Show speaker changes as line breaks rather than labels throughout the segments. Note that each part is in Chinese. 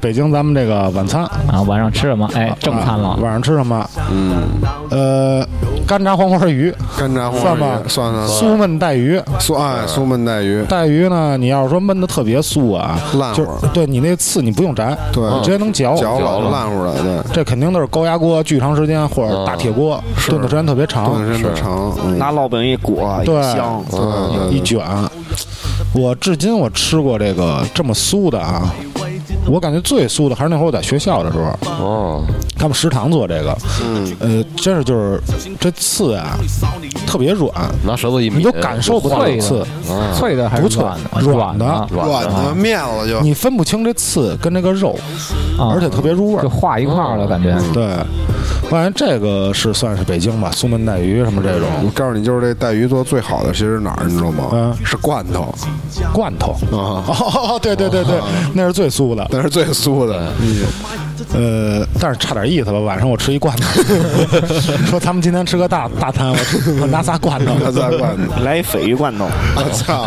北京咱们啊这个晚餐，
啊，晚上吃什么？哎，正餐
啊
了。
晚上吃什么？
嗯，啊
呃，干炸黄花鱼、
干炸黄
算
花
吧
鱼，算算
苏焖带鱼。
苏哎苏焖带鱼，
带鱼呢，你要是说焖的特别酥啊，
烂
就
乎儿
是对你那刺你不用摘，
对
你直接能嚼。
嚼了烂乎了，对，
这肯定都是高压锅，巨长时间或者大铁锅，炖的时间特别长，
啊炖的时间特长，嗯
拿烙饼一裹，一
对
香，
对啊对
一
对，
卷。我至今我吃过这个这么酥的啊，我感觉最酥的还是那会儿我在学校的时候，
哦，
他们食堂做这个，呃，真是就是这刺啊，特别软，
拿舌头一抿，
你就感受不到
脆呃的
刺，
啊脆的还
不
是
脆
软的？
软的
的，
啊
软的面了就，
你分不清这刺跟这个肉，
啊
而且特别入味
就
儿。
化一块儿了，感觉。
对，我感觉这个是算是北京吧，苏焖带鱼什么这
我
种
告诉你，就是这带鱼做最好的，其实是哪儿你知道吗？
嗯
是罐头，
罐头。
啊
哦，对对对对，那是最酥的。
那是最酥的。
嗯
呃，但是差点意思吧。晚上我吃一罐头， 说咱们今天吃个大大餐，我吃我拿仨罐头。
那在罐头，
来一鲱鱼罐头，
我操，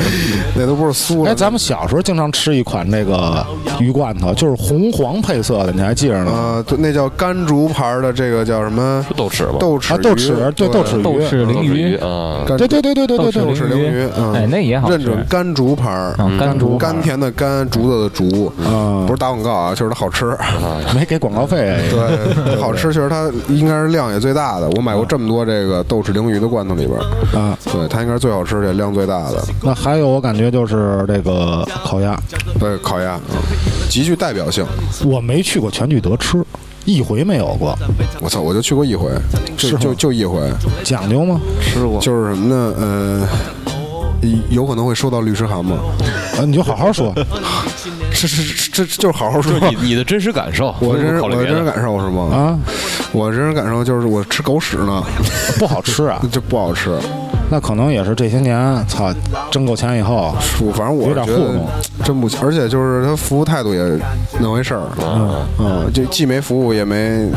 那都不是酥的。
哎，咱们小时候经常吃一款那个鱼罐头，就是红黄配色的，你还记着吗？
呃，对，那叫甘竹牌的这个叫什么？
豆豉吧，
豆嗯豉
啊，
鱼
豆豉，对豆豉
豆
鱼，
豉
豆
鲮
豉鱼
鱼，
啊，
干
对对对对对对
豆
对
豉
豉
鲮
鲮
鱼嗯
哎，那也好吃。
认准甘竹牌儿，
嗯甘竹牌
甘甜的甘，竹子的竹，不是打广告啊，就是它好吃。
没给广告费。
对，好吃，确实它应该是量也最大的。我买过这么多这个豆豉鲮鱼的罐头里边儿，
啊，
对，它应该是最好吃的，量最大的。
那还有我感觉就是这个烤鸭，
对，烤鸭，嗯极具代表性。
我没去过全聚德吃，一回没有过，
我操，我就去过一回，
是
就
吗
就就一回，
讲究吗？
吃过。
就是什么呢？呃。有可能会收到律师函吗？
呃，你就好好说，
是是是，这就是好好说
就。是你你的真实感受，
我真是
不考
我真
虑别
实
的。
感受是吗？
啊，
我真实感受就是我吃狗屎呢，
不好吃啊。
这不好吃。
那可能也是这些年，操，挣够钱以后，
我反正我
有
是
点
觉
糊弄
得真不行，而且就是他服务态度也那回事儿。
啊
嗯嗯，这既没服务也没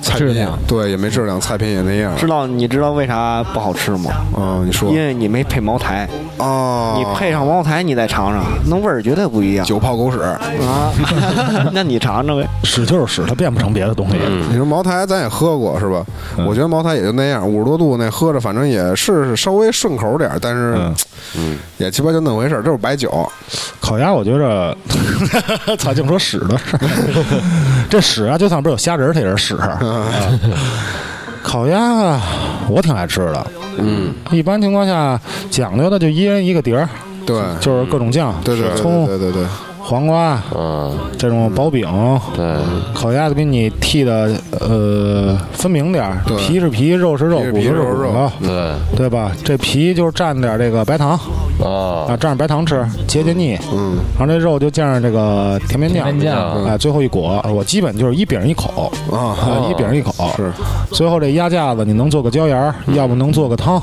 菜品
质量，
对，也没质量，菜品也那样。
知道你知道为啥不好吃吗？
嗯，你说
因为你没配茅台，
哦，
你配上茅台，你再尝尝，那味儿绝对不一样
酒泡狗屎。
嗯
啊！ 那你尝尝呗，
屎就是屎，它变不成别的东西。
你说茅台咱也喝过是吧？
嗯
我觉得茅台也就那样，五十多度那喝着，反正也是稍微顺口点儿，但是
嗯
也鸡巴就那回事儿，就是白酒。
烤鸭，我觉着， 操，净说屎的事儿。这屎啊，就算不是有虾仁儿，它也是屎。啊烤鸭啊，我挺爱吃的。嗯，一般情况下讲究的就一人一个碟儿，
对，
嗯就是各种酱，
嗯对对对
葱、
对对啊对，
黄瓜
嗯，
这种薄饼。
对，
烤鸭就给你剔的呃分明点儿，
对
皮是皮，肉是肉，
皮是
骨
皮
头
肉
骨
是肉
头，
对，
对吧？这皮就蘸点这个白糖啊，
啊，
蘸着白糖吃，解解腻。
嗯，
然后这肉就蘸着这个甜面酱，
甜面酱嗯
哎，最后一裹，我基本就是一饼一口
啊
啊，一饼一口。
是，嗯
最后这鸭架子你能做个椒盐儿，要不能做个汤。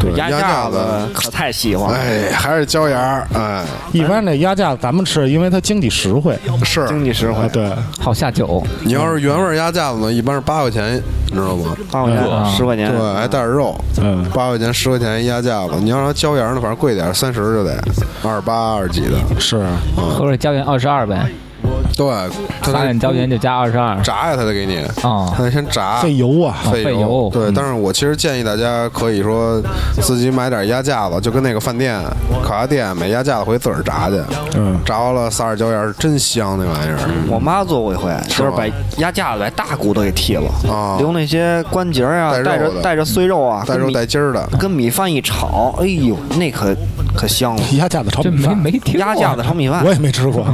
对
鸭
架
架
子，
子可太喜欢了，
哎，还是椒盐儿，哎，
一般这鸭架子咱们吃，因为它经济实惠
是。
经济实
啊
惠。，
对，
好下酒，
你要是原味儿鸭架子呢，一般是八块钱，你知道吗？
嗯
八块钱啊十块钱
对，，还带着肉，
嗯
八块钱、十块钱一鸭架子。你要是椒盐儿呢，反正贵点儿，三十就得，二十八、二十几的。
是
合着胶原二十二呗，
对，它
发现
得
胶原就加二十二
炸呀，它得给你，
啊
它。得先炸。
费油啊。
费
费油
对，
嗯
但是我其实建议大家可以说自己买点鸭架子，就跟那个饭店烤鸭店买鸭架子回自个儿炸去，
嗯
炸完了撒点椒盐儿，真香那玩意
嗯
儿。
嗯我妈做过一回，就是
吗
把鸭架子把大骨头给剔
啊
了，留那些关节儿啊，
带
带
肉的
着带着碎肉啊，
带
跟
肉
米
带筋儿的，
跟米饭一炒，哎呦，那可可香了。
鸭架子炒
这
米
没
饭，
没听过
鸭 架子炒米饭
我，也没吃 过。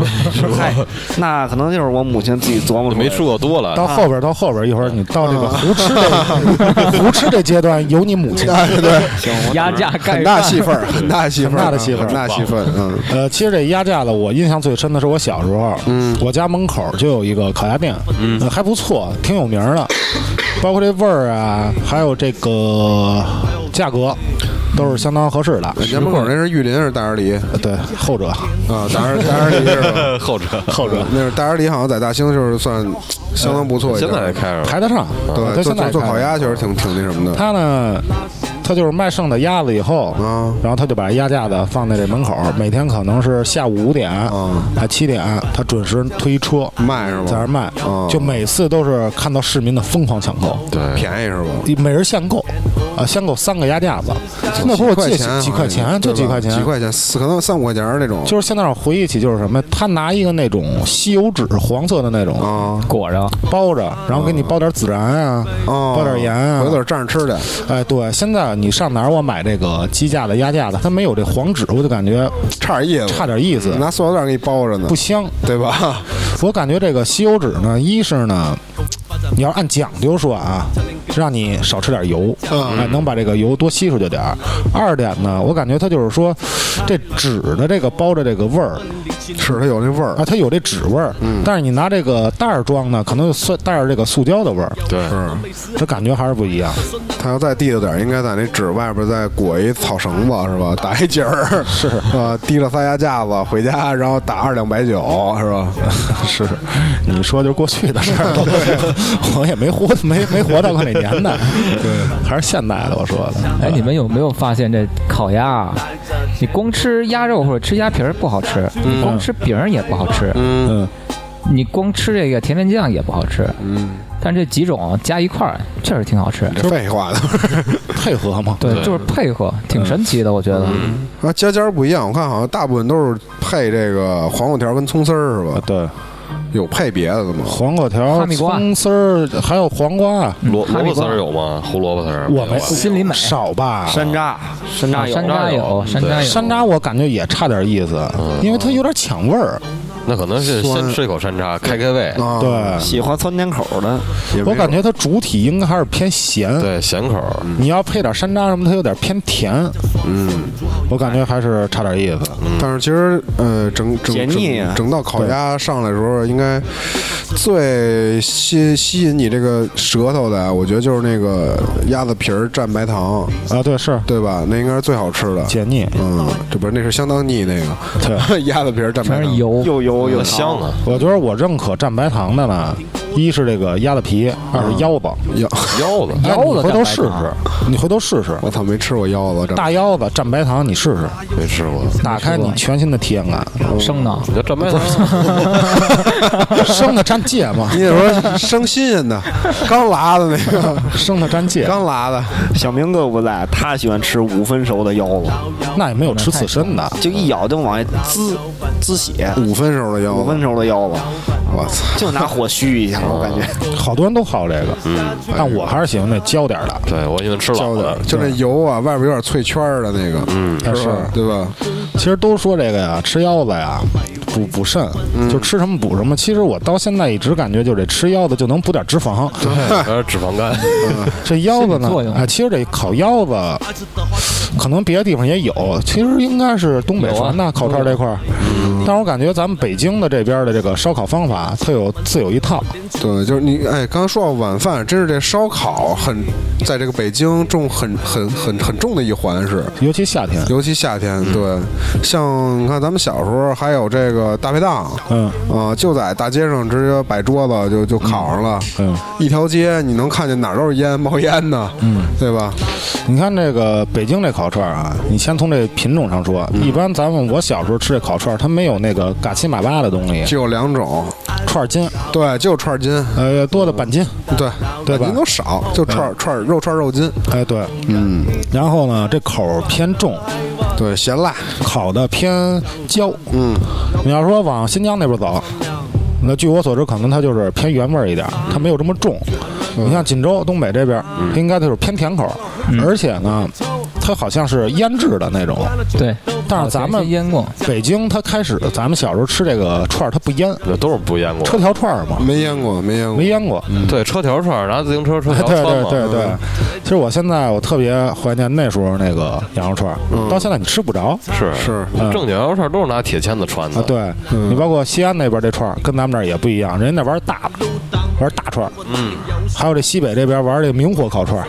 嗨，那可能就是我母亲自己琢磨出来
没
的
吃过多了，
到后边儿，到后边儿，一会儿你到这个
啊
胡吃 这胡吃这阶段，有你母亲。
啊
鸭架盖饭
很大戏份儿，哎 很大戏份儿，
很大的戏份儿
很大戏份儿。嗯，
呃，其实这鸭架子，我印象最深的是我小时候，嗯，我家门口就有一个烤鸭店，嗯、还不错，挺有名儿的，包括这味儿啊，还有这个价格，都是相当合适的。
人家门口那是玉林，是大石梨
呃对，后者，
啊，大石大石梨是 吧？
后者，
后者
那是大石梨，好像在大兴就是算相当不错一
现
点
在
儿。
还开着呢，
排得上。
对，
他
做
现在
做做
看
烤鸭确实挺挺那什么的。
他呢，他就是卖剩的鸭子以后，
啊
然后他就把鸭架子放在这门口，每天可能是下午五点
啊
还七点，他准时推车
卖是吗
在那儿卖
啊，
就每次都是看到市民的疯狂抢购。
对，
便宜是吧？
每人限购，啊，限购三个鸭架子，那会儿我记得
几钱啊，
几块
好
钱，
像
就
对
几
吧
块钱，啊
几块钱，四可能三五块钱儿那种。
就是现在我回忆起就是什么，他拿一个那种吸油纸，黄色的那种，
啊
裹着，
包着，然后给你包点孜然啊，
哦，
包点盐啊
回。头蘸着吃去。
哎，对，现在你上哪儿我买这个鸡架的、鸭架的，它没有这黄纸，我就感觉
差点意思，
差点意思，
拿塑料袋给你包着呢，
不香。
对吧？
我感觉这个吸油纸呢，一是呢，你要按讲究说啊，让你少吃点油，哎，能把这个油多吸出去点儿。二点呢，我感觉它就是说，这纸的这个包着这个味儿，
是它有那味儿
啊，，它有这纸味儿，但是你拿这个袋儿装呢，可能就塑带着这个塑胶的味儿，
对，
这感觉还是不一样。
它要再地道点儿，应该在那纸外边再裹一草绳子，是吧？打一结儿， 是啊，提了仨鸭架子回家，然后打二两白酒，是吧？
是，你说就是过去的事儿了，我也没活没没活到过哪年代，对，还是现代的。我说的，
哎，你们有没有发现这烤鸭啊？你光吃鸭肉或者吃鸭皮儿不好吃，你光吃饼儿也不好吃，
嗯，
你光吃这个甜面酱也不好吃。嗯，但这几种加一块儿确实挺好吃。
这废话呢。
配合嘛，
对，就是配合，
嗯
挺神奇的，我觉得。
啊，家家不一样，我看好像大部分都是配这个黄瓜条跟葱丝儿，是吧？
呃对，
有配别的的吗？
黄瓜条
哈、密瓜
葱丝儿，还有黄瓜，
萝
哈
萝
密
卜丝
瓜
儿有吗？胡萝卜丝儿
我
没
没
有啊
心里美
少吧，
山楂，山
啊
楂有，
山楂有，山楂有，
山楂我感觉也差点意思，因为它有点抢味儿。
那可能是
酸
先吃一口山楂，开开胃，
嗯
啊，
对，
喜欢酸甜口的，
也没有，
我感觉它主体应该还是偏咸，
对，咸口儿。
你要配点山楂什么，它有点偏甜。嗯，我感觉还是差点意思。
但是其实，呃，整整
解腻啊
整整道烤鸭上来的时候，应该最吸吸引你这个舌头的，我觉得就是那个鸭子皮儿蘸白糖，
啊，对，是
对吧？那应该是最好吃的。
解腻。
嗯，这不是那是相当腻那个 鸭子皮儿蘸白
全是
糖，
油。
又油又
那香啊
的。
呢？
我觉得我认可蘸白糖的呢，一是这个鸭子皮，二是腰子。
腰，
腰子，
哎，你
嗯腰子
回头
蘸白
试
糖
试，你回头试试
我操，没吃过腰子，这
大腰子蘸白糖，你试试，
没吃过，
打开你全新的体验感。
生的，
你就蘸白糖，
生的蘸芥 末，
你得说生新鲜的，刚拉的那个，
生的蘸芥末，
刚拉的，
小明哥不在，他喜欢吃五分熟的腰子，
那也没有吃刺身的。
就一咬就往外滋滋血，
五分熟的腰
五分
子，
熟的腰子，
我操，
就拿火虚 一下，我感觉。
好多人都好这个，但我还是喜欢那焦点儿的。
对我喜欢吃
焦
老的
的，，就那油啊，外边有点脆圈儿的那个，嗯，是吧
是
对吧？
其实都说这个呀，吃腰子呀，补补肾，就吃什么补什么。其实我到现在一直感觉，就这吃腰子就能补点脂肪。哎
还有点脂肪肝，
这腰子
心理
呢
作用，
哎，其实这烤腰子，可能别的地方也有，其实应该是东
啊
北传的、烤串这块儿。但是我感觉咱们北京的这边的这个烧烤方法，它有自有一套。
对，就是你哎，刚刚说到晚饭，真是这烧烤很在这个北京重很很很很重的一环是，
尤其夏天，
尤其夏天。对，像你看咱们小时候还有这个大排档，
嗯
啊，就在大街上直接摆桌子就就烤上了，
嗯，
一条街你能看见哪儿都是烟冒烟呢，嗯，对吧？
你看这个北京这烤串儿啊，你先从这品种上说，一般咱们我小时候吃这烤串儿，它没有那个嘎七马八的东西，
就有两种，
串儿筋，
对，就串筋，
呃，多的板筋，
对，
对吧嗯
人都少，就串串肉串肉筋，
哎，对，嗯，然后呢，这口儿偏重，
对，咸辣，
烤的偏焦，嗯，你要说往新疆那边走，那据我所知，可能它就是偏原味儿一点儿，它没有这么重。你像锦州东北这边儿，它应该就是偏甜口儿，而且呢，它好像是腌制的那种，
对，
但是咱
好像
们
是腌过，
北京它开始，咱们小时候吃这个串儿，它不腌，
那都是嗯不腌过
车
的。
条串儿嘛，
没腌过，没腌过
没，腌过。
对，车条串儿，拿自行车车
对
条穿
对
嘛。嗯
对对，其实我现在我特别怀念那时候那个羊肉串儿，
嗯
到现在你吃不着。
是
是
正经羊肉串儿都是拿铁签子穿的。
啊，对
嗯
你包括西安那边这串儿跟咱们这儿也不一样，人家那玩大的，玩大串儿，嗯，还有这西北这边玩这明火烤串儿，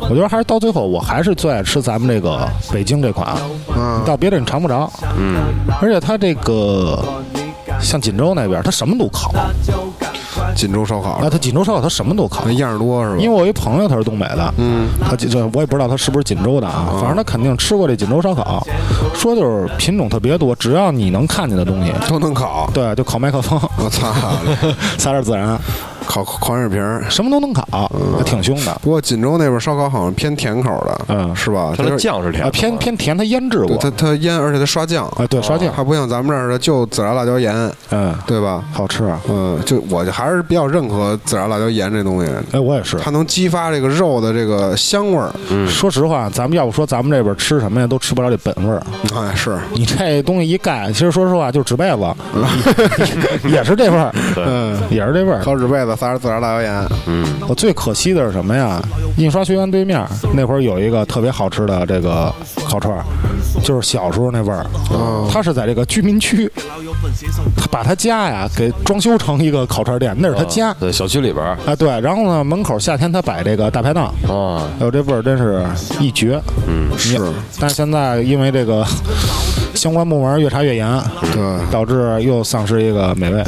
我觉得还是到最后我还是最爱吃咱们这个北京这款，
嗯
你到别的你尝不着，嗯，而且它这个像锦州那边，它什么都烤，
锦州烧烤
啊，，他锦州烧烤他什么都烤
那，样儿多是吧？
因为我有一朋友他是东北的，嗯，他这这我也不知道他是不是锦州的啊，反正他肯定吃过这锦州烧烤，说就是品种特别多，只要你能看见的东西，
都能烤。
对，就烤麦克风，
我操，
撒点孜然，
烤狂热瓶儿。
什么都能烤，还挺凶的
不过锦州那边烧烤好像偏甜口的，
嗯
是吧？
它
就
的
是
酱是甜的
啊，偏偏甜，他腌制
对哦
过
它它腌，而且它刷酱，
啊，对，刷酱，
它不像咱们这儿的就孜然辣椒盐，
嗯，
对吧？
好吃，啊
嗯，就我就还是比较认可孜然辣椒盐这东西，
哎，我也是。
它能激发这个肉的这个香味儿。
说实话，咱们要不说咱们这边吃什么呀，都吃不了这本味儿。
哎，是，
你这东西一盖，其实说实话就是纸被子，也是这味儿，
嗯，
也是这味儿。
烤纸被子撒点孜然辣椒盐，
我最可惜的是什么呀？印刷学院对面那会儿有一个特别好吃的这个烤串儿，就是小时候那味儿。
哦
他是在这个居民区，他把他家呀给装修成一个烤串店，那是他
哦
家。
对，小区里边儿
啊，对，然后呢，门口夏天他摆这个大排档，
啊，
哎呦，这味儿真是一绝。嗯，
是，
但是现在因为这个相关部门越查越严，
对。
导致又丧失一个美味。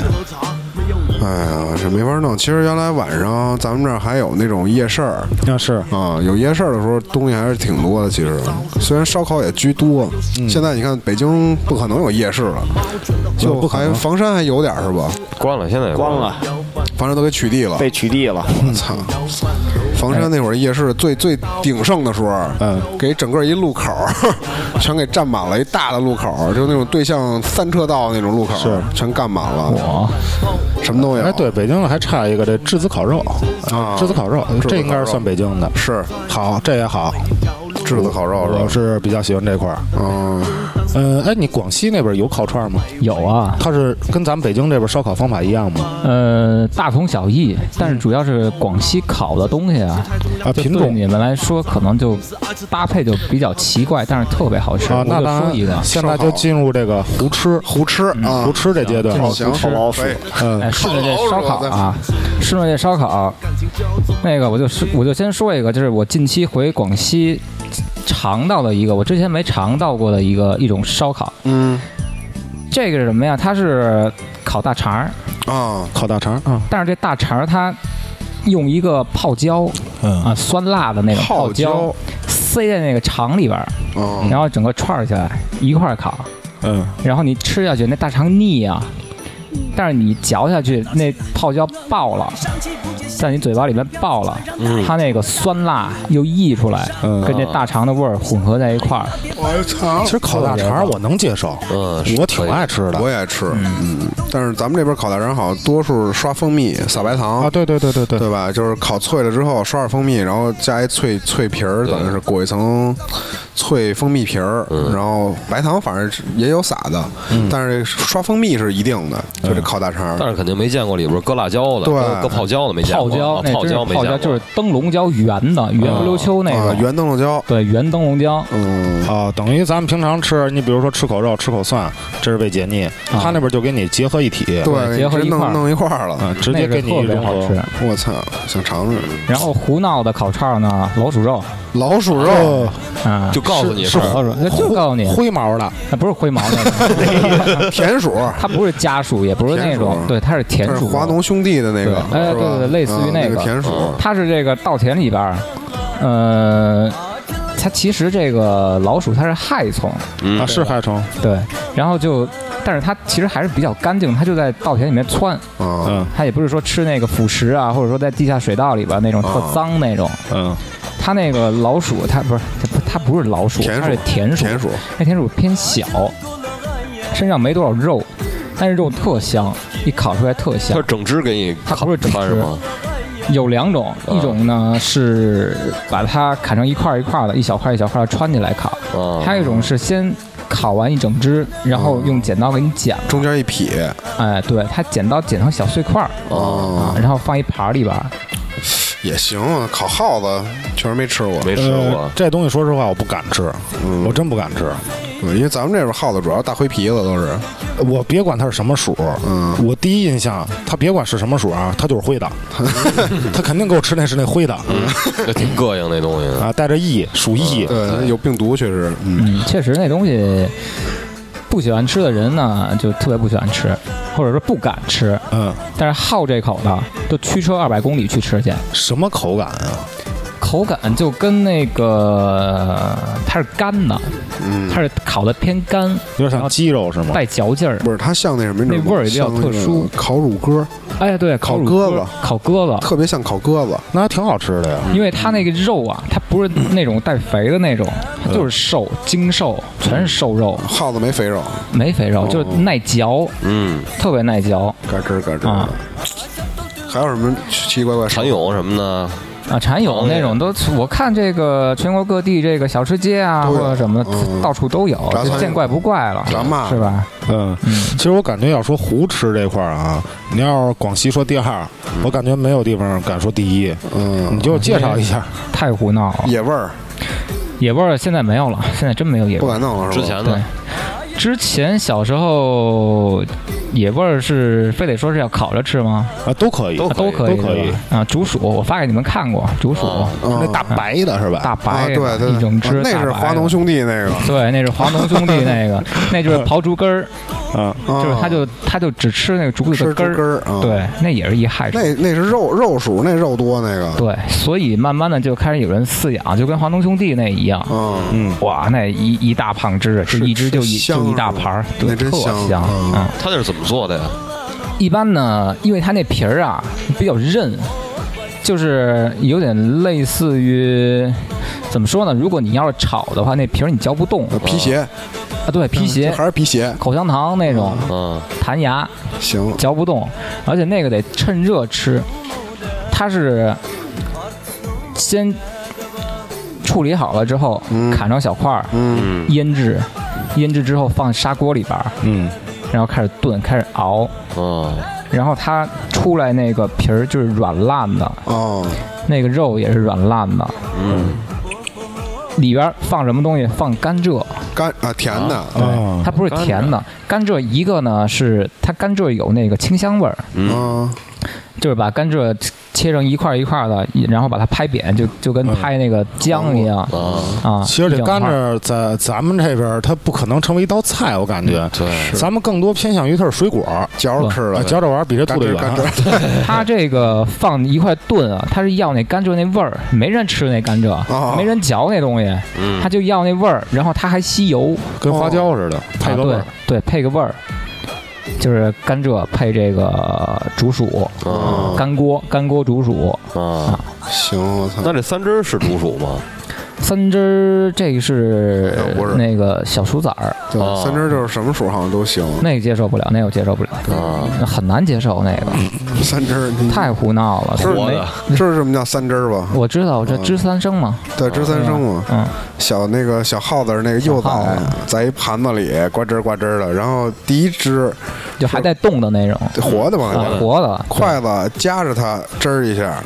哎呀，这没法弄。其实原来晚上咱们这儿还有那种夜市儿
那是
啊，有夜市儿的时候东西还是挺多的。其实虽然烧烤也居多，现在你看北京不可能有夜市了，就
嗯不可
还
能
房山还有点儿是吧？
关了，现在也
关了，
房山都给取缔了。
被取缔了。
我操！房山那会儿夜市最最鼎盛的时候，
哎嗯，
给整个一路口儿 全给占满了，一大的路口儿，就那种对向三车道那种路口，
是
全干满了，什么都有。
哎，对，，北京的还差一个这栀子烤肉
啊
栀子烤肉
栀子烤肉，
这应该是算北京的。
是
好，这也好，
炙子烤肉是吧
我？是比较喜欢这块儿。
嗯，
嗯，哎，你广西那边有烤串吗？
有啊，
它是跟咱们北京这边烧烤方法一样吗？
呃，大同小异，但是主要是广西烤的东西啊，
啊，
就
品
对
种
你们来说可能就搭配就比较奇怪，但是特别好吃。
啊
我，
那
就
当
说一个
然，，现在就进入这个胡吃
胡吃啊
胡，吃这阶段
嗯
了。
行，
吃
老鼠，
嗯
哎，顺着这烧烤
烤老肉
啊，顺着这烧烤，那个我就是我就先说一个，就是我近期回广西尝到的一个，我之前没尝到过的一个一种烧烤。
嗯
这个是什么呀？它是烤大肠儿，
啊，
烤大肠啊，
但是这大肠儿它用一个泡椒
嗯，
啊，酸辣的那种
泡
泡椒塞在那个肠里边儿，
啊，
然后整个串儿起来一块儿烤，
嗯，
然后你吃下去那大肠腻啊，但是你嚼下去那泡椒爆了，在你嘴巴里面爆了，它那个酸辣又溢出来，
嗯
跟这大肠的味儿混合在一块儿，
我操
其，实烤大肠我能接受，
嗯是
我挺爱吃的
我也吃，嗯，但是咱们这边烤大肠好像多数刷蜂蜜、撒白糖
啊。对对对对 对，
对吧？就是烤脆了之后刷点蜂蜜，然后加一脆脆皮儿，等于是裹一层脆蜂蜜皮儿，
嗯
然后白糖反正也有撒的，但是刷蜂蜜是一定的，就
嗯
这烤大肠
但
儿。
是肯定没见过里边儿搁辣椒的，
对
搁搁泡椒的没见
泡
过，
椒
啊
那
泡
真是
椒没
泡椒
见
就
过
是，灯笼椒圆的圆不溜秋那
啊，
种，
圆灯笼椒，
对圆灯笼椒，
嗯，
啊，等于咱们平常吃，你比如说吃口肉、吃口蒜，这是为解腻，
啊
他那边就给你结合一体，
对，
结合
直
一块
弄
儿嗯
弄一块儿了。
啊，直接
那个
给你
特别
融
好
合。
吃。
我操，想尝尝
然后胡闹的烤串儿呢，老鼠肉
老鼠肉，
啊，
就告诉你
是
是
那就告诉你，
灰毛的，
那不是灰毛的，
田鼠，
它不是家属，也不是那
田鼠
种，对，它是 田
这是
鼠，
华农兄弟的那个，
对哎
是吧
对对对类似于
嗯
那
那
个
田鼠，
它是这个稻田里边儿，呃，它其实这个老鼠它是害虫，
啊，是害虫，
对，然后就，但是它其实还是比较干净，它就在稻田里面窜，
啊
嗯
它也不是说吃那个腐蚀啊，或者说在地下水道里边那种特
啊
脏那种，
嗯，
它那个老鼠，它不是它不它不是老鼠，
田
它是
鼠
田鼠，
田鼠，
那田鼠偏小，身上没多少肉，但是肉特香，一烤出来特
它
香
是。整只给你
它不是整
看是
只
吗？
有两种，
嗯
一种呢是把它砍成一块儿一块儿的，一小块儿一小块儿穿起来烤；
哦
啊，
还有一种是先烤完一整只，然后用剪刀给你剪了。
中间一劈，
哎，对，它剪刀剪成小碎块儿啊
啊，，
然后放一盘儿里边儿。
也行啊，烤耗子确实没吃过，
没吃
呃
过，，
这东西说实话我不敢吃，我真不敢吃，
嗯因为咱们这边耗子主要大灰皮子都是，
我别管它是什么鼠，
嗯
我第一印象，它别管是什么鼠啊，它就是灰的，它肯定给我吃那是那灰的
那挺膈应那东西。
啊，带着翼，鼠翼，
嗯对，有病毒确实，嗯，
嗯，确实那东西不喜欢吃的人呢，就特别不喜欢吃。或者是不敢吃，
嗯，
但是好这口的，就驱车二百公里去吃去，
什么口感啊？
口感就跟那个它是干的，
嗯
它是烤的偏干，
有点像鸡肉是吗？
带嚼劲儿。
不是，它像那什么，你知道吗
那味儿也比较特殊，
像那个烤乳鸽，
哎，对，
烤
乳
鸽
鸽
子，嗯
烤鸽子，
特别像烤鸽子。
那还挺好吃的呀。
因为它那个肉啊，它不是那种带肥的那种，
嗯
它就是瘦精瘦，全是瘦肉，
耗子没肥肉，
没肥
哦
肉，就是耐嚼，
嗯，
特别耐嚼
嘎吱嘎吱
啊
的。还有什么奇奇怪怪？
蚕蛹什么的，
啊！蚕蛹那种都，我看这个全国各地这个小吃街啊
都
或
有
者什么的
嗯，
到处都有
炸，蚕
就见
蛹
怪不怪了，
炸蚂
是吧？
嗯，其实我感觉要说胡吃这块儿啊，你要是广西说第二，我感觉没有地方敢说第一。你
嗯，
就介绍一下，
太胡闹了，
野味儿
野味儿现在没有了，现在真没有野
不
味儿。
敢弄了，是
之
吧？
前
对
的，
之前小时候野味儿是非得说是要烤着吃吗？
啊，都可以，
都
啊都
可
以，
都可以
对吧啊！竹鼠，我发给你们看过，竹鼠，
哦
那
嗯
大白的是吧？
大
啊，
白
对
的，
对，对
一整只
啊，那是
大白的
华农兄弟那个，
对，那是华农兄弟 那个，那就是刨竹根儿，
啊，
啊
就是他就他就只吃那个竹子
吃
的
猪
儿，
根儿啊。，
对，那也是一害虫。
那那是肉肉鼠，那肉多那个。
对，所以慢慢的就开始有人饲养，就跟华农兄弟那一样，
嗯，
嗯，
哇，那一一大胖只，就是一只就一
是香
就一大
是吧
盘儿，对，
那真
特
香
香
嗯
嗯
他那是怎么做的呀？
一般呢，因为它那皮儿啊比较韧，就是有点类似于怎么说呢？如果你要是炒的话，那皮儿你嚼不动
呃皮鞋，
啊。对，皮鞋
嗯就、还是皮鞋。
口香糖那种
嗯，
弹牙
行，
嚼不动，而且那个得趁热吃，它是先处理好了之后
嗯
砍成小块儿
嗯，
腌制，腌制之后放砂锅里边儿，
嗯，
然后开始炖，开始熬。
嗯，
然后它出来那个皮儿就是软烂的，
哦，
那个肉也是软烂的，
嗯，
里边放什么东西？放甘蔗，
干啊，甜的，
啊，
它不是甜的。甘蔗一个呢是它甘蔗有那个清香味儿，
嗯，
嗯，
就是把甘蔗切成一块一块的，然后把它拍扁，就就跟
嗯
拍那个姜一样、
啊，
啊。
哦其实
一
这
整
甘
块儿
蔗在咱们这边儿，它不可能成为一道菜，我感觉。
啊对，
咱们更多偏向于它是水果，
嚼着吃
啊
了，
嚼着玩儿比这
干
肚子
吱干
圆。
啊
吱
它这个放一块炖啊，它是要那甘蔗那味儿，没人吃那甘蔗，
哦
没人嚼那东西，
嗯
它，就要那味儿，然后它还吸油。
跟花椒似的，配个味儿
啊。对，对，配个味儿，就是甘蔗配这个竹鼠，
嗯
干锅干锅竹鼠，
啊，
行，我 操，
那这三只是竹鼠吗？
三只儿这个是
哎不是
那个小鼠崽儿，
对，
哦
三只就是什么鼠好像都行，
那个接受不了，那个我接受不了，
啊，
很难接受那个，
三只你
太胡闹了，
是
嗯活的
知道什么叫三只儿吧？
我知道，我这
嗯
知三生嘛，
对，知三生嘛，
嗯，
小那个小耗子儿那个幼
小耗
崽
子啊
在一盘子里呱吱呱吱的，然后第一只
就还带动的那种，
活的往里
啊
面，
活的，
筷子夹着它汁儿一下，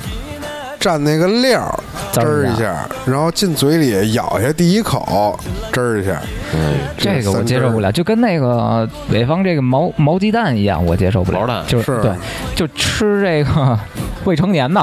蘸那个料儿
汁
汁
儿
儿
一
一下，然后进嘴里咬下第一口汁儿一下，
哎，
这个我
三
接受
只
不了，就跟那个北方这个毛毛鸡蛋一样，我接受不了。
毛蛋
就是
是
对，就吃这个 未成年的，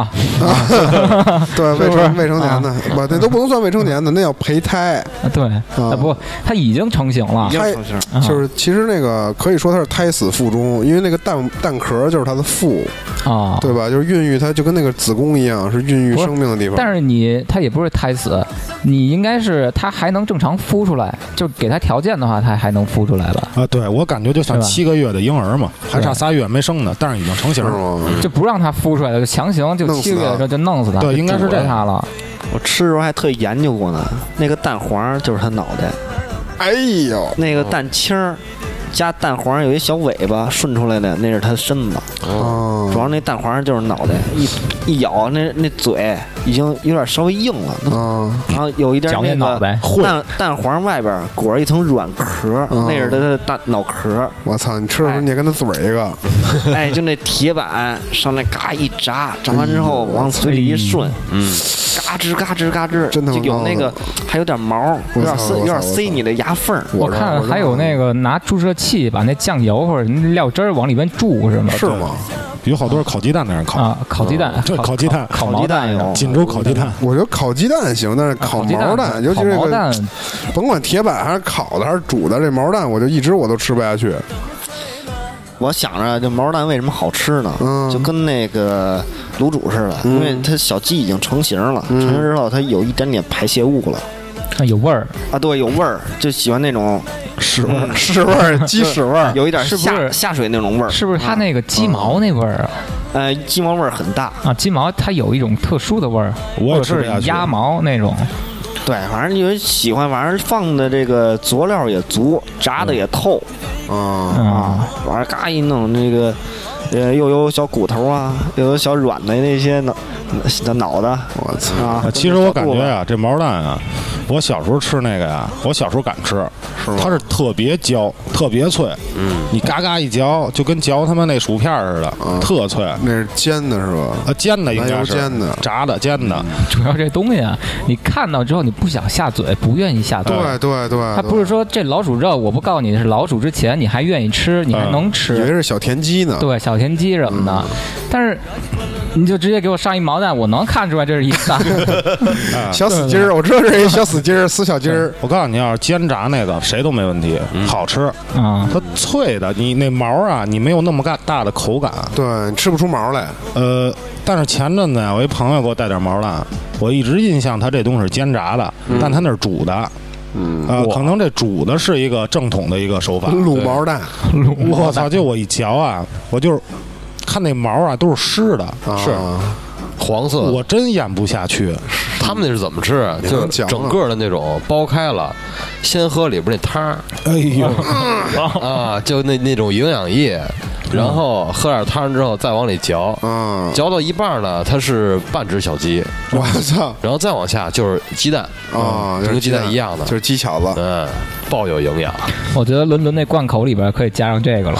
是
对，未
不是
成未成年的
啊，
不，那都不能算未成年的，那叫胚胎，
对，啊不，它已经成型了
一，样
它
成型儿。
啊
就是其实那个可以说它是胎死腹中，因为那个蛋蛋壳就是它的腹，
啊，
对吧？就是孕育它，就跟那个子宫一样，是孕育
不是
生命的地方。
但是你它也不是胎死，你应该是它还能正常孵出来，就给它条件的话，它还能孵出来了，
啊，对我感觉就像
是吧
七个月的婴儿嘛，还差仨月没生呢，但是已经成型
是
了。
吗？
就不让它孵出来了，就强行就
弄死
七个月的时候就弄死它，
对应该是这样
它了，
我吃的时候还特意研究过呢，那个蛋黄儿就是它脑袋，
哎呦，
那个蛋清儿加蛋黄儿有一小尾巴顺出来的，那是它身子。
嗯
啊，
主要那蛋黄儿就是脑袋，一一咬那那嘴已经有点稍微硬了，
啊，
然后有一点
嚼那
那
脑
个
袋，
蛋蛋黄外边裹着一层软壳儿，
嗯
那是它的大脑壳 儿。
我操！你吃的时候
哎
你也跟它嘴儿一个，
哎，就那铁板上那嘎一炸，炸完之后往嘴里一顺，
嗯，
嘎吱嘎吱嘎吱，
真他妈
就有那个
高
还有点毛，有点
我操
塞有点
我
塞
操
你的牙缝儿。
我
这
看还有那个拿注射器把那酱油或者那料汁儿往里面注是吗？
是
啊
吗？
有好多是烤鸡蛋那样烤，嗯
啊，烤鸡蛋，
对，烤鸡蛋，
烤
烤
毛
鸡蛋
蛋
有，
锦州烤鸡蛋，
我觉得烤鸡蛋行，但是烤
鸡
毛蛋，尤其
啊烤
这
毛
个
蛋，
甭管铁板还是烤的还是煮的，这毛蛋我就一直我都吃不下去。
我想着这毛毛蛋为什么好吃呢？
嗯
就跟那个卤煮似的，因为它小鸡已经成型了，成型之后它有一点点排泄物了
那有味儿，
啊，对，有味儿，就喜欢那种
屎味儿，
屎味儿、鸡屎味儿，有一点
是不
下
是
下水那种味儿，啊
是不是它那个鸡
嗯
毛那味儿啊？
呃鸡毛味儿很大，
啊，鸡毛它有一种特殊的味儿，
我也
或
吃不
者
下
是
去
鸭毛那种，
对，反正有喜欢，反正放的这个佐料也足，炸的也透
啊，
嗯，
啊，完了嘎一弄那个。呃，又有小骨头啊，又有小软的那些脑的脑袋
我操，
啊
啊。其实我感觉啊，这毛蛋啊，我小时候吃那个呀、我小时候敢吃，
是吗
它是特别焦，特别脆，嗯，你嘎嘎一嚼，就跟嚼他妈那薯片儿似的，特脆。
那是煎的是吧？
啊，煎的应该是
嗯麻油煎的嗯
炸的、煎的，
主要这东西啊，你看到之后你不想下嘴，不愿意下嘴。
对对对，
嗯它不是说这老鼠肉，我不告诉你是老鼠之前，你还愿意吃，你还
嗯
能
对以
吃，
为是小田鸡呢，
对，小田鸡什么的。
嗯
但是你就直接给我上一毛蛋，我能看出来这是一蛋。
小死鸡儿，我知道这是一小死鸡儿，死小鸡儿，
我告诉你，要是煎炸那个，谁都没问题，
嗯
好吃。
啊、
它脆的，你那毛啊，你没有那么大大的口感。
对，吃不出毛来，
呃，但是前阵子呀，我一朋友给我带点毛蛋，我一直印象他这东西是煎炸的，
嗯
但他那是煮的。嗯，呃，可能这煮的是一个正统的一个手法。
卤毛蛋，
我操！就我一嚼啊，我就是看那毛啊都是湿的，
是
啊
黄色的。
我真咽不下 去。
他们那是怎么吃啊？
也
就
能
是
讲啊
整个的那种剥开了，先喝里边那汤儿
哎 呦，
啊，就那那种营养液，然后喝点汤之后再往里嚼，
啊，
嚼到一半呢，它是半只小鸡，
我操
然后再往下就是鸡蛋，
啊，
嗯
就
跟
是
鸡蛋一样的
就是鸡饺子，
嗯，爆有营养。
我觉得伦敦那罐口里边可以加上这个了。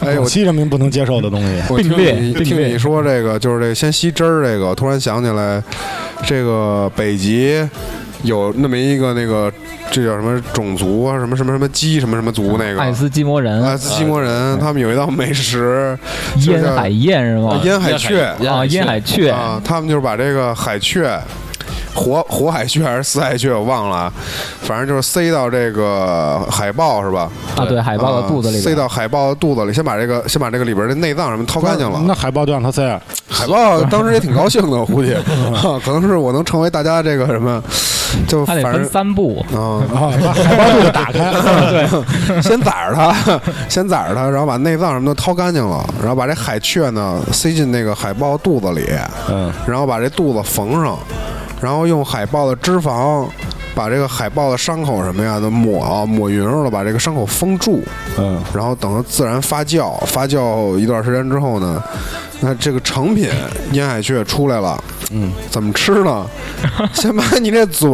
哎呦
广。西人民不能接受的东西。
我听
并列
你
并列
听你说这个，就是这先吸汁儿这个，突然想起来，这个北极有那么一个那个，这叫什么种族啊，什么什么什么鸡什么什么族那个
爱斯基摩人、
啊，斯基摩人他们有一道美食，就
烟
是
海燕是吗？
烟海雀
啊，烟海雀，
啊，他们就是把这个海雀。活活海雀还是死海雀，我忘了啊，反正就是塞到这个海豹是吧？
啊，对，海豹的肚子里
啊
边
塞到海豹的肚子里，先把这个先把这个里边的内脏什么掏干净了。
那海豹就让他塞啊，
海豹当时也挺高兴的，我 估计，啊可能是我能成为大家这个什么，就
它
反
得分
正
三步，
啊，
把 海豹肚子打开。
先宰着它，先宰着它，然后把内脏什么都掏干净了，然后把这海雀呢塞进那个海豹肚子里，
嗯，
然后把这肚子缝上，然后用海豹的脂肪把这个海豹的伤口什么呀都抹啊抹匀了，把这个伤口封住，
嗯，
然后等它自然发酵，发酵一段时间之后呢，那这个成品烟海雀出来了，嗯，怎么吃呢？ 先把你这嘴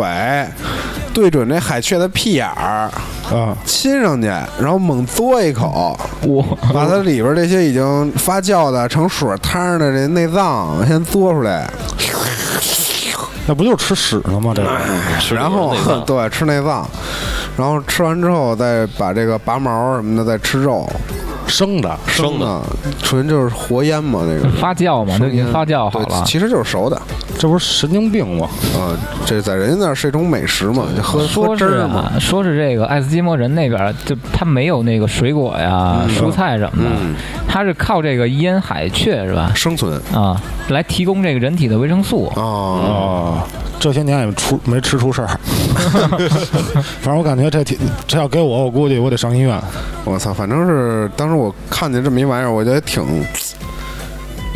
对准这海雀的屁眼儿。
啊，
亲上去，然后猛嘬 一口，
我
把它里边这些已经发酵的成水汤的这内脏先嘬出来，
那不就是吃屎了吗？这个
吃
然后 对吃内脏，然后吃完之后再把这个拔毛什么的再吃肉，
生的，
生的
的纯就是活腌嘛那 个。
发酵嘛，都已经发酵好
对
了。
其实就是熟的，
这不是神经病吗？
啊，这在人家那儿是一种美食嘛，就喝喝
嗯说
汁
是
儿嘛，
啊，说是这个爱斯基摩人那边，就他没有那个水果呀、
嗯
蔬菜什么的，他是靠这个烟海雀是吧？
生存
啊，来提供这个人体的维生素。
啊，
哦，这些年也出没吃出事儿，反正我感觉这挺这要给我，我估计我得上医院。
我操，反正是当时我看见这么一玩意儿，我觉得挺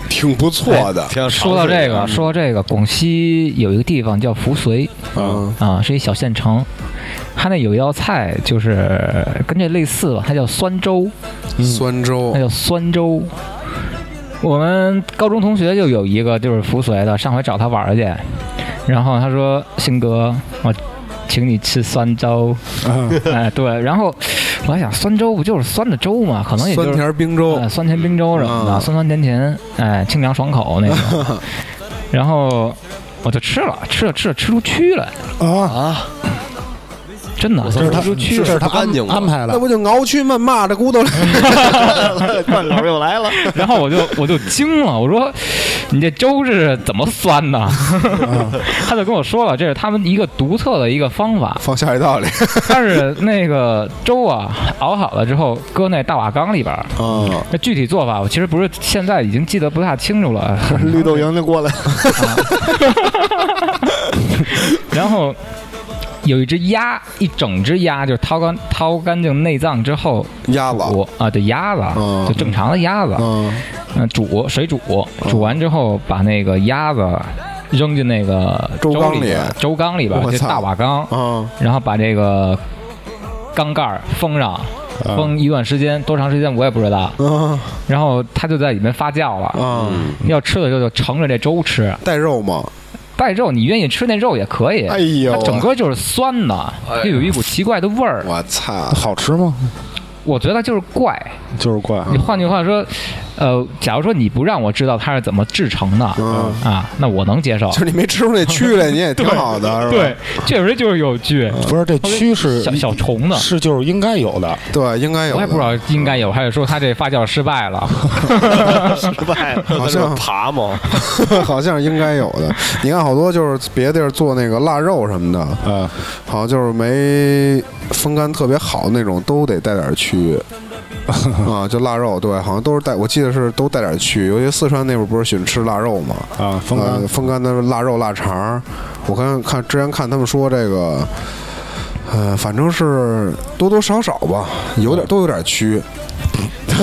挺不错的，
挺
呃
想尝试
说到这
啊
个，
嗯
说到这个，广西有一个地方叫扶绥
嗯
啊，是一小县城。它那有一道菜就是跟这类似吧，它叫酸粥，
酸粥
那，叫酸粥。我们高中同学就有一个就是扶绥的，上回找他玩儿去，然后他说：“鑫哥，我请你吃酸粥。
啊，”
哎，对，然后我还想酸粥不就是酸的粥嘛，哎可能也就是
酸甜冰粥
呃，酸甜冰粥什么的，
嗯
酸酸甜甜，哎，清凉爽口那种。然后我就吃了，吃了吃了吃出蛆来，
啊
啊，
真的，
这是他，
说不出去
这是
是
他
不干净
安
的
安排
那
的。
不就熬蛆焖蚂蚱骨头了？
罐头 又来了，
然后我就我就惊了，我说你这粥是怎么酸的？ 他就跟我说了，这是他们一个独特的一个方 法。
放下水道里，
但是那个粥啊，熬好了之后搁那大瓦缸里边儿。
啊，
那具体做法我其实不是现在已经记得不太清楚了。
绿豆蝇就过来了，
然后有一只鸭，一整只鸭，就是掏干掏干净内脏之后
鸭子，
煮啊，对鸭子，
嗯
就正常的鸭子，
嗯，
嗯，煮水煮，煮完之后把那个鸭子扔进那个
粥缸
里
里
边，粥缸里边
我
就
操
大瓦缸，
啊，
然后把这个缸盖儿封上，
嗯
封一段时间，多长时间我也不知道，
啊，
然后它就在里面发酵了。
啊，
要吃的时候就盛着这粥吃，
带肉吗？
带肉你愿意吃那肉也可以，
哎呦
它整个就是酸的，
哎
就有一股奇怪的味儿。
我操！
好吃吗？
我觉得就是怪。
就是怪。
嗯
你换句话说，呃，假如说你不让我知道它是怎么制成的
嗯
啊，那我能接受
就。是你没吃出那蛆来，你也挺好的，是吧？
对，确实就是有蛆，
不是这蛆是
小小虫子。
是就是应该有的，
对，应该有。
我也不知，道应该有，还是说它这发酵失败了？
嗯
失败了。啊
好
在那
像
爬吗？
好像应该有的。你看，好多就是别地儿做那个腊肉什么的，
啊，
好像就是没风干特别好那种，都得带点 蛆。啊，就腊肉，对，好像都是带，我记得是都带点蛆。尤其四川那边不是喜欢吃腊肉嘛，
啊风干
呃风干的腊肉、腊肠儿。我看看之前看他们说这个，呃，反正是多多少少吧，有点都有点蛆，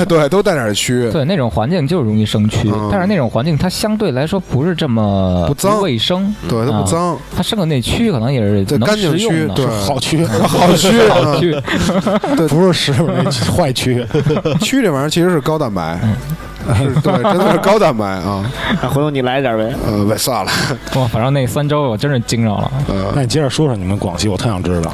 对，都带点蛆。
对，那种环境就容易生蛆，
嗯
但是那种环境它相对来说不是这么
不脏
卫生，
对，它不
啊
脏，
它生的那蛆可能也是
对，
能
干净
食用
蛆，
的。
对，
好 蛆，
好蛆，
好
嗯
蛆，
不是食物那坏 蛆。
蛆这玩意儿其实是高蛋白，是 对，真的是高蛋白啊。
啊回头你来点呗，
呃，别算了，呃
哇，反正那三周我真是惊着了。
那你接着说说你们广西，我特想知道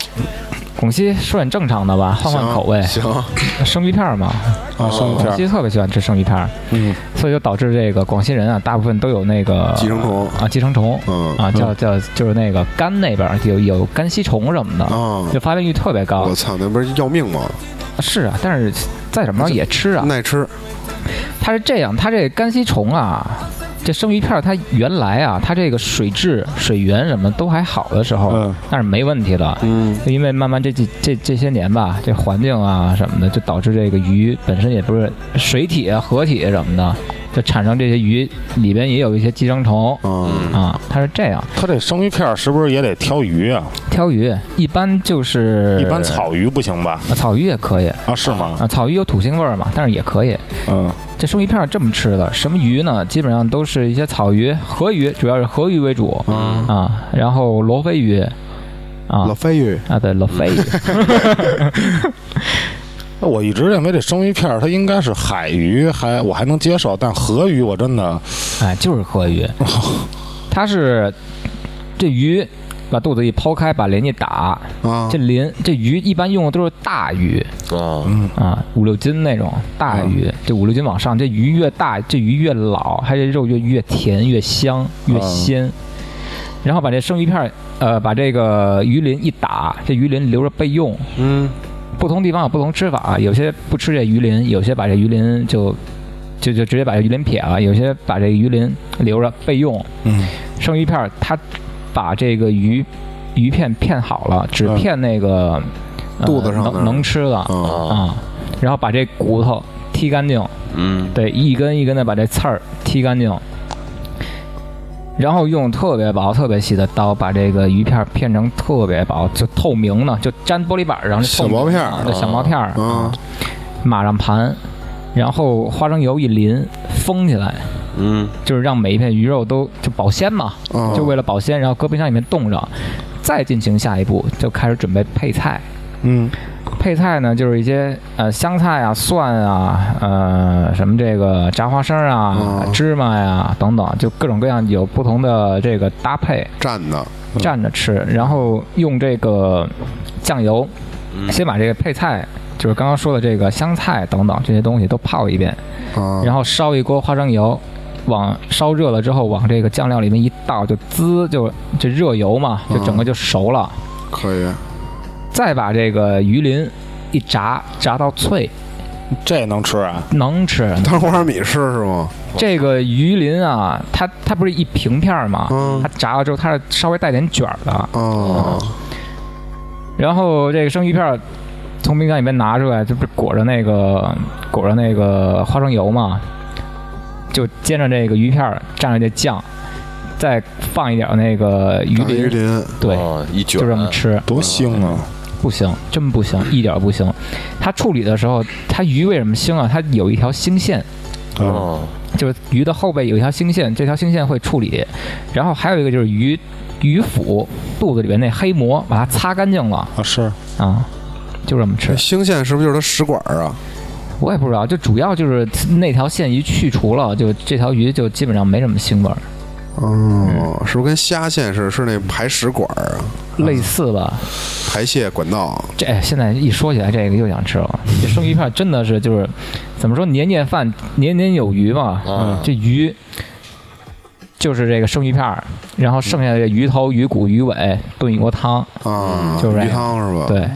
广西说点正常的吧，换换口味，啊
行，
生鱼片儿嘛。
啊，生鱼
广西
片，
特别喜欢吃生鱼片儿，
嗯，
所以就导致这个广西人啊，大部分都有那个
寄生虫
啊，寄生虫，
嗯
啊，叫叫就是那个肝那边儿有有肝吸虫什么
哦
的，
啊，
就发病率特别高
我。操，那不是要命吗？
是啊，但是在什么上也吃啊，
耐吃，
它是这样，它这肝吸虫啊，这生鱼片儿它原来啊，它这个水质、水源什么都还好的时候，
嗯
那是没问题的。
嗯，
因为慢慢这几这这些年吧，这环境啊什么的，就导致这个鱼本身也不是水体啊、河体什么的，就产生这些鱼里边也有一些寄生虫
嗯，
啊。它是这样，
它这生鱼片是不是也得挑鱼啊？
挑鱼一般就是
一般草鱼不行吧？
啊草鱼也可以
啊，是吗？
啊，草鱼有土腥味儿嘛，但是也可以。
嗯，
这生鱼片儿这么吃的，什么鱼呢？基本上都是一些草鱼、河鱼，主要是河鱼为主、
嗯
啊，然后罗非鱼
老
啊
飞鱼，
啊，对，罗非鱼，
那我一直认为这生鱼片它应该是海鱼，还我还能接受，但河鱼我真的
哎，就是河鱼，它是这鱼把肚子一剖开，把鳞一打，
啊
这，鳞这鱼一般用的都是大鱼
啊，
嗯
啊，五六斤那种
啊
大鱼，这五六斤往上，这鱼越大，这鱼越老，它这肉越越甜越香越
啊
鲜。然后把这生鱼片儿，呃，把这个鱼鳞一打，这鱼鳞留着备用。
嗯，
不同地方有不同吃法啊，有些不吃这鱼鳞，有些把这鱼鳞就就就直接把这鱼鳞撇了，有些把这鱼鳞留着备用。
嗯，
生鱼片儿它把这个鱼鱼片片好了，只
嗯
片那个、呃
啊肚子上那儿
能能吃的啊、
啊，
然后把这骨头剔干净，
嗯，
对，一根一根的把这刺儿剔干净。然后用特别薄、特别细的刀把这个鱼片儿片成特别薄，就透明的，就粘玻璃板儿上。
小薄片儿
对，小薄片儿，
啊，
码上盘，然后花生油一淋，封起来，
嗯，
就是让每一片鱼肉都就保鲜嘛，
啊
就为了保鲜，然后搁冰箱里面冻着，再进行下一步，就开始准备配菜。
嗯，
配菜呢，就是一些呃香菜啊、蒜啊、呃什么这个炸花生啊、
嗯
芝麻呀、等等，就各种各样有不同的这个搭配，
蘸的，
蘸着吃，然后用这个酱油，先把这个配菜，就是刚刚说的这个香菜等等这些东西都泡一遍，
啊，
然后烧一锅花生油，往烧热了之后，往这个酱料里面一倒，就滋就这热油嘛，就整个就熟了。
可以，
再把这个鱼鳞一炸，炸到脆，
这能吃啊？
能吃。
当花生米吃是吗？
这个鱼鳞啊，它它不是一平片儿吗？
嗯
它炸了之后，它是稍微带点卷儿的。
啊，
然后这个生鱼片儿从冰箱里面拿出来，这不是裹着那个裹着那个花生油嘛？就煎着这个鱼片儿，蘸着这酱，再放一点儿那个鱼
炸鱼
鳞，
鳞，哎
对，
哦一卷
就这么吃。
多腥啊！
不行，真不行，一点儿不行。它处理的时候，它鱼为什么腥啊？它有一条腥线，
嗯
哦，
就是鱼的后背有一条腥线，这条腥线会处理。然后还有一个就是鱼鱼腹肚子里边那黑膜，把它擦干净了
啊，是
啊，就这么
这
吃。
腥线是不是就是它食管儿啊？
我也不知道，就主要就是那条线一去除了，就这条鱼就基本上没什么腥味儿，嗯
哦，是不是跟虾线似的？是那排食管儿啊，
类似吧。
排泄管道？
这哎现在一说起来，这个又想吃了。这生鱼片真的是就是怎么说，年年饭年年有余嘛。
啊
这鱼就是这个生鱼片儿，然后剩下的鱼头、鱼骨、鱼尾炖一锅汤。
啊，
就是这
鱼
样
汤是吧？，
对，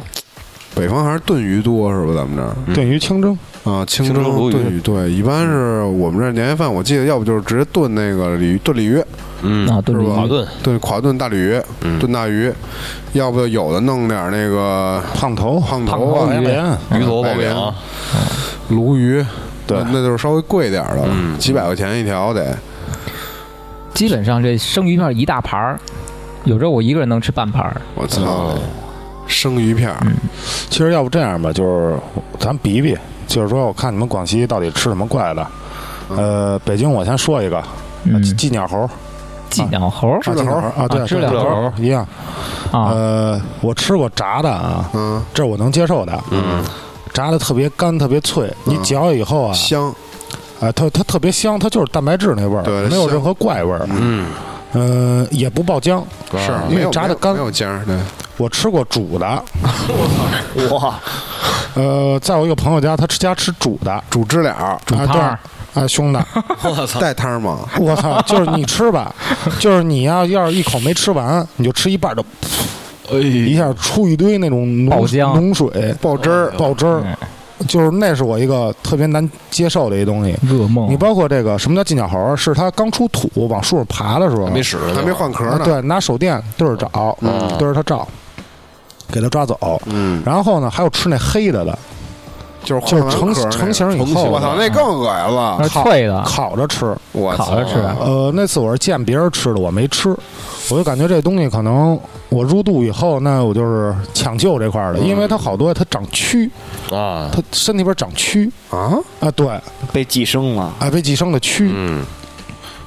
北方还是炖鱼多是吧？咱们这儿
炖鱼清蒸，
啊，清
清蒸鲈
蒸
鱼
炖鱼，对，一般是我们这儿年夜饭，我记得要不就是直接炖那个鲤鱼，炖鲤鱼，
嗯
啊，炖
是吧
华
鱼
顿
炖垮炖大鲤鱼，炖大鱼，要不有的弄点那个
胖头、哎
胖
胖
头
头
啊
白，莲，
嗯
鱼头
白
爆
莲
饼，
鲈鱼，
对
那那就是稍微贵点儿的了，几百块钱一条得。
基本上这生鱼片一大盘儿，有时候我一个人能吃半盘儿。
我操，生鱼片儿，
其实要不这样吧，就是咱比比，就是说我看你们广西到底吃什么怪的。呃，北京我先说一个，
嗯，
寄鸟猴，
寄鸟猴儿
知了猴啊，对，
知了
了
猴
儿
一样。
啊，
呃，我吃过炸的啊，
嗯，
这我能接受的，
嗯，
炸的特别干，特别脆，你嚼以后啊，
香，
啊，它它特别香，它就是蛋白质那味儿，
对
没有
香
任何怪味儿，
嗯，
呃，也不爆浆。
是
啊
因
没
为
有
炸的
没有
干
没有尖儿，对，
我吃过煮的，
哇，
呃，在我一个朋友家，他吃家吃煮的，
煮知了，
煮
汤儿
啊，对啊，兄弟，
我操，
带汤儿吗？
我操，就是你吃吧，就是你要要是一口没吃完，你就吃一半儿就一
哎，
下出一堆那种
爆
浓
浆
浓水、
爆汁儿，
爆汁儿
嗯，哦
就是那是我一个特别难接受的一东西。
噩梦。
你包括这个什么叫金角猴儿，是它刚出土往树上爬的时 候，
嗯没使呢，
还没换壳
啊
呢。，
对，拿手电对着找，
嗯
对着它照，给它抓走。
嗯，
然后呢，还有吃那黑的的，
就是
就
换
是成
完壳儿那
成
个
型以后
我操，
的，
那更恶心了
那！是呃脆的，
烤着吃。
我
烤着吃
操
呃，那次我是见别人吃的，我没吃，我就感觉这东西可能我入肚以后，那我就是抢救这块儿的，因为它好多它长蛆，
啊，
它身体里边长蛆
啊！
啊，对，
被寄生了，
啊，被寄生的蛆，
嗯，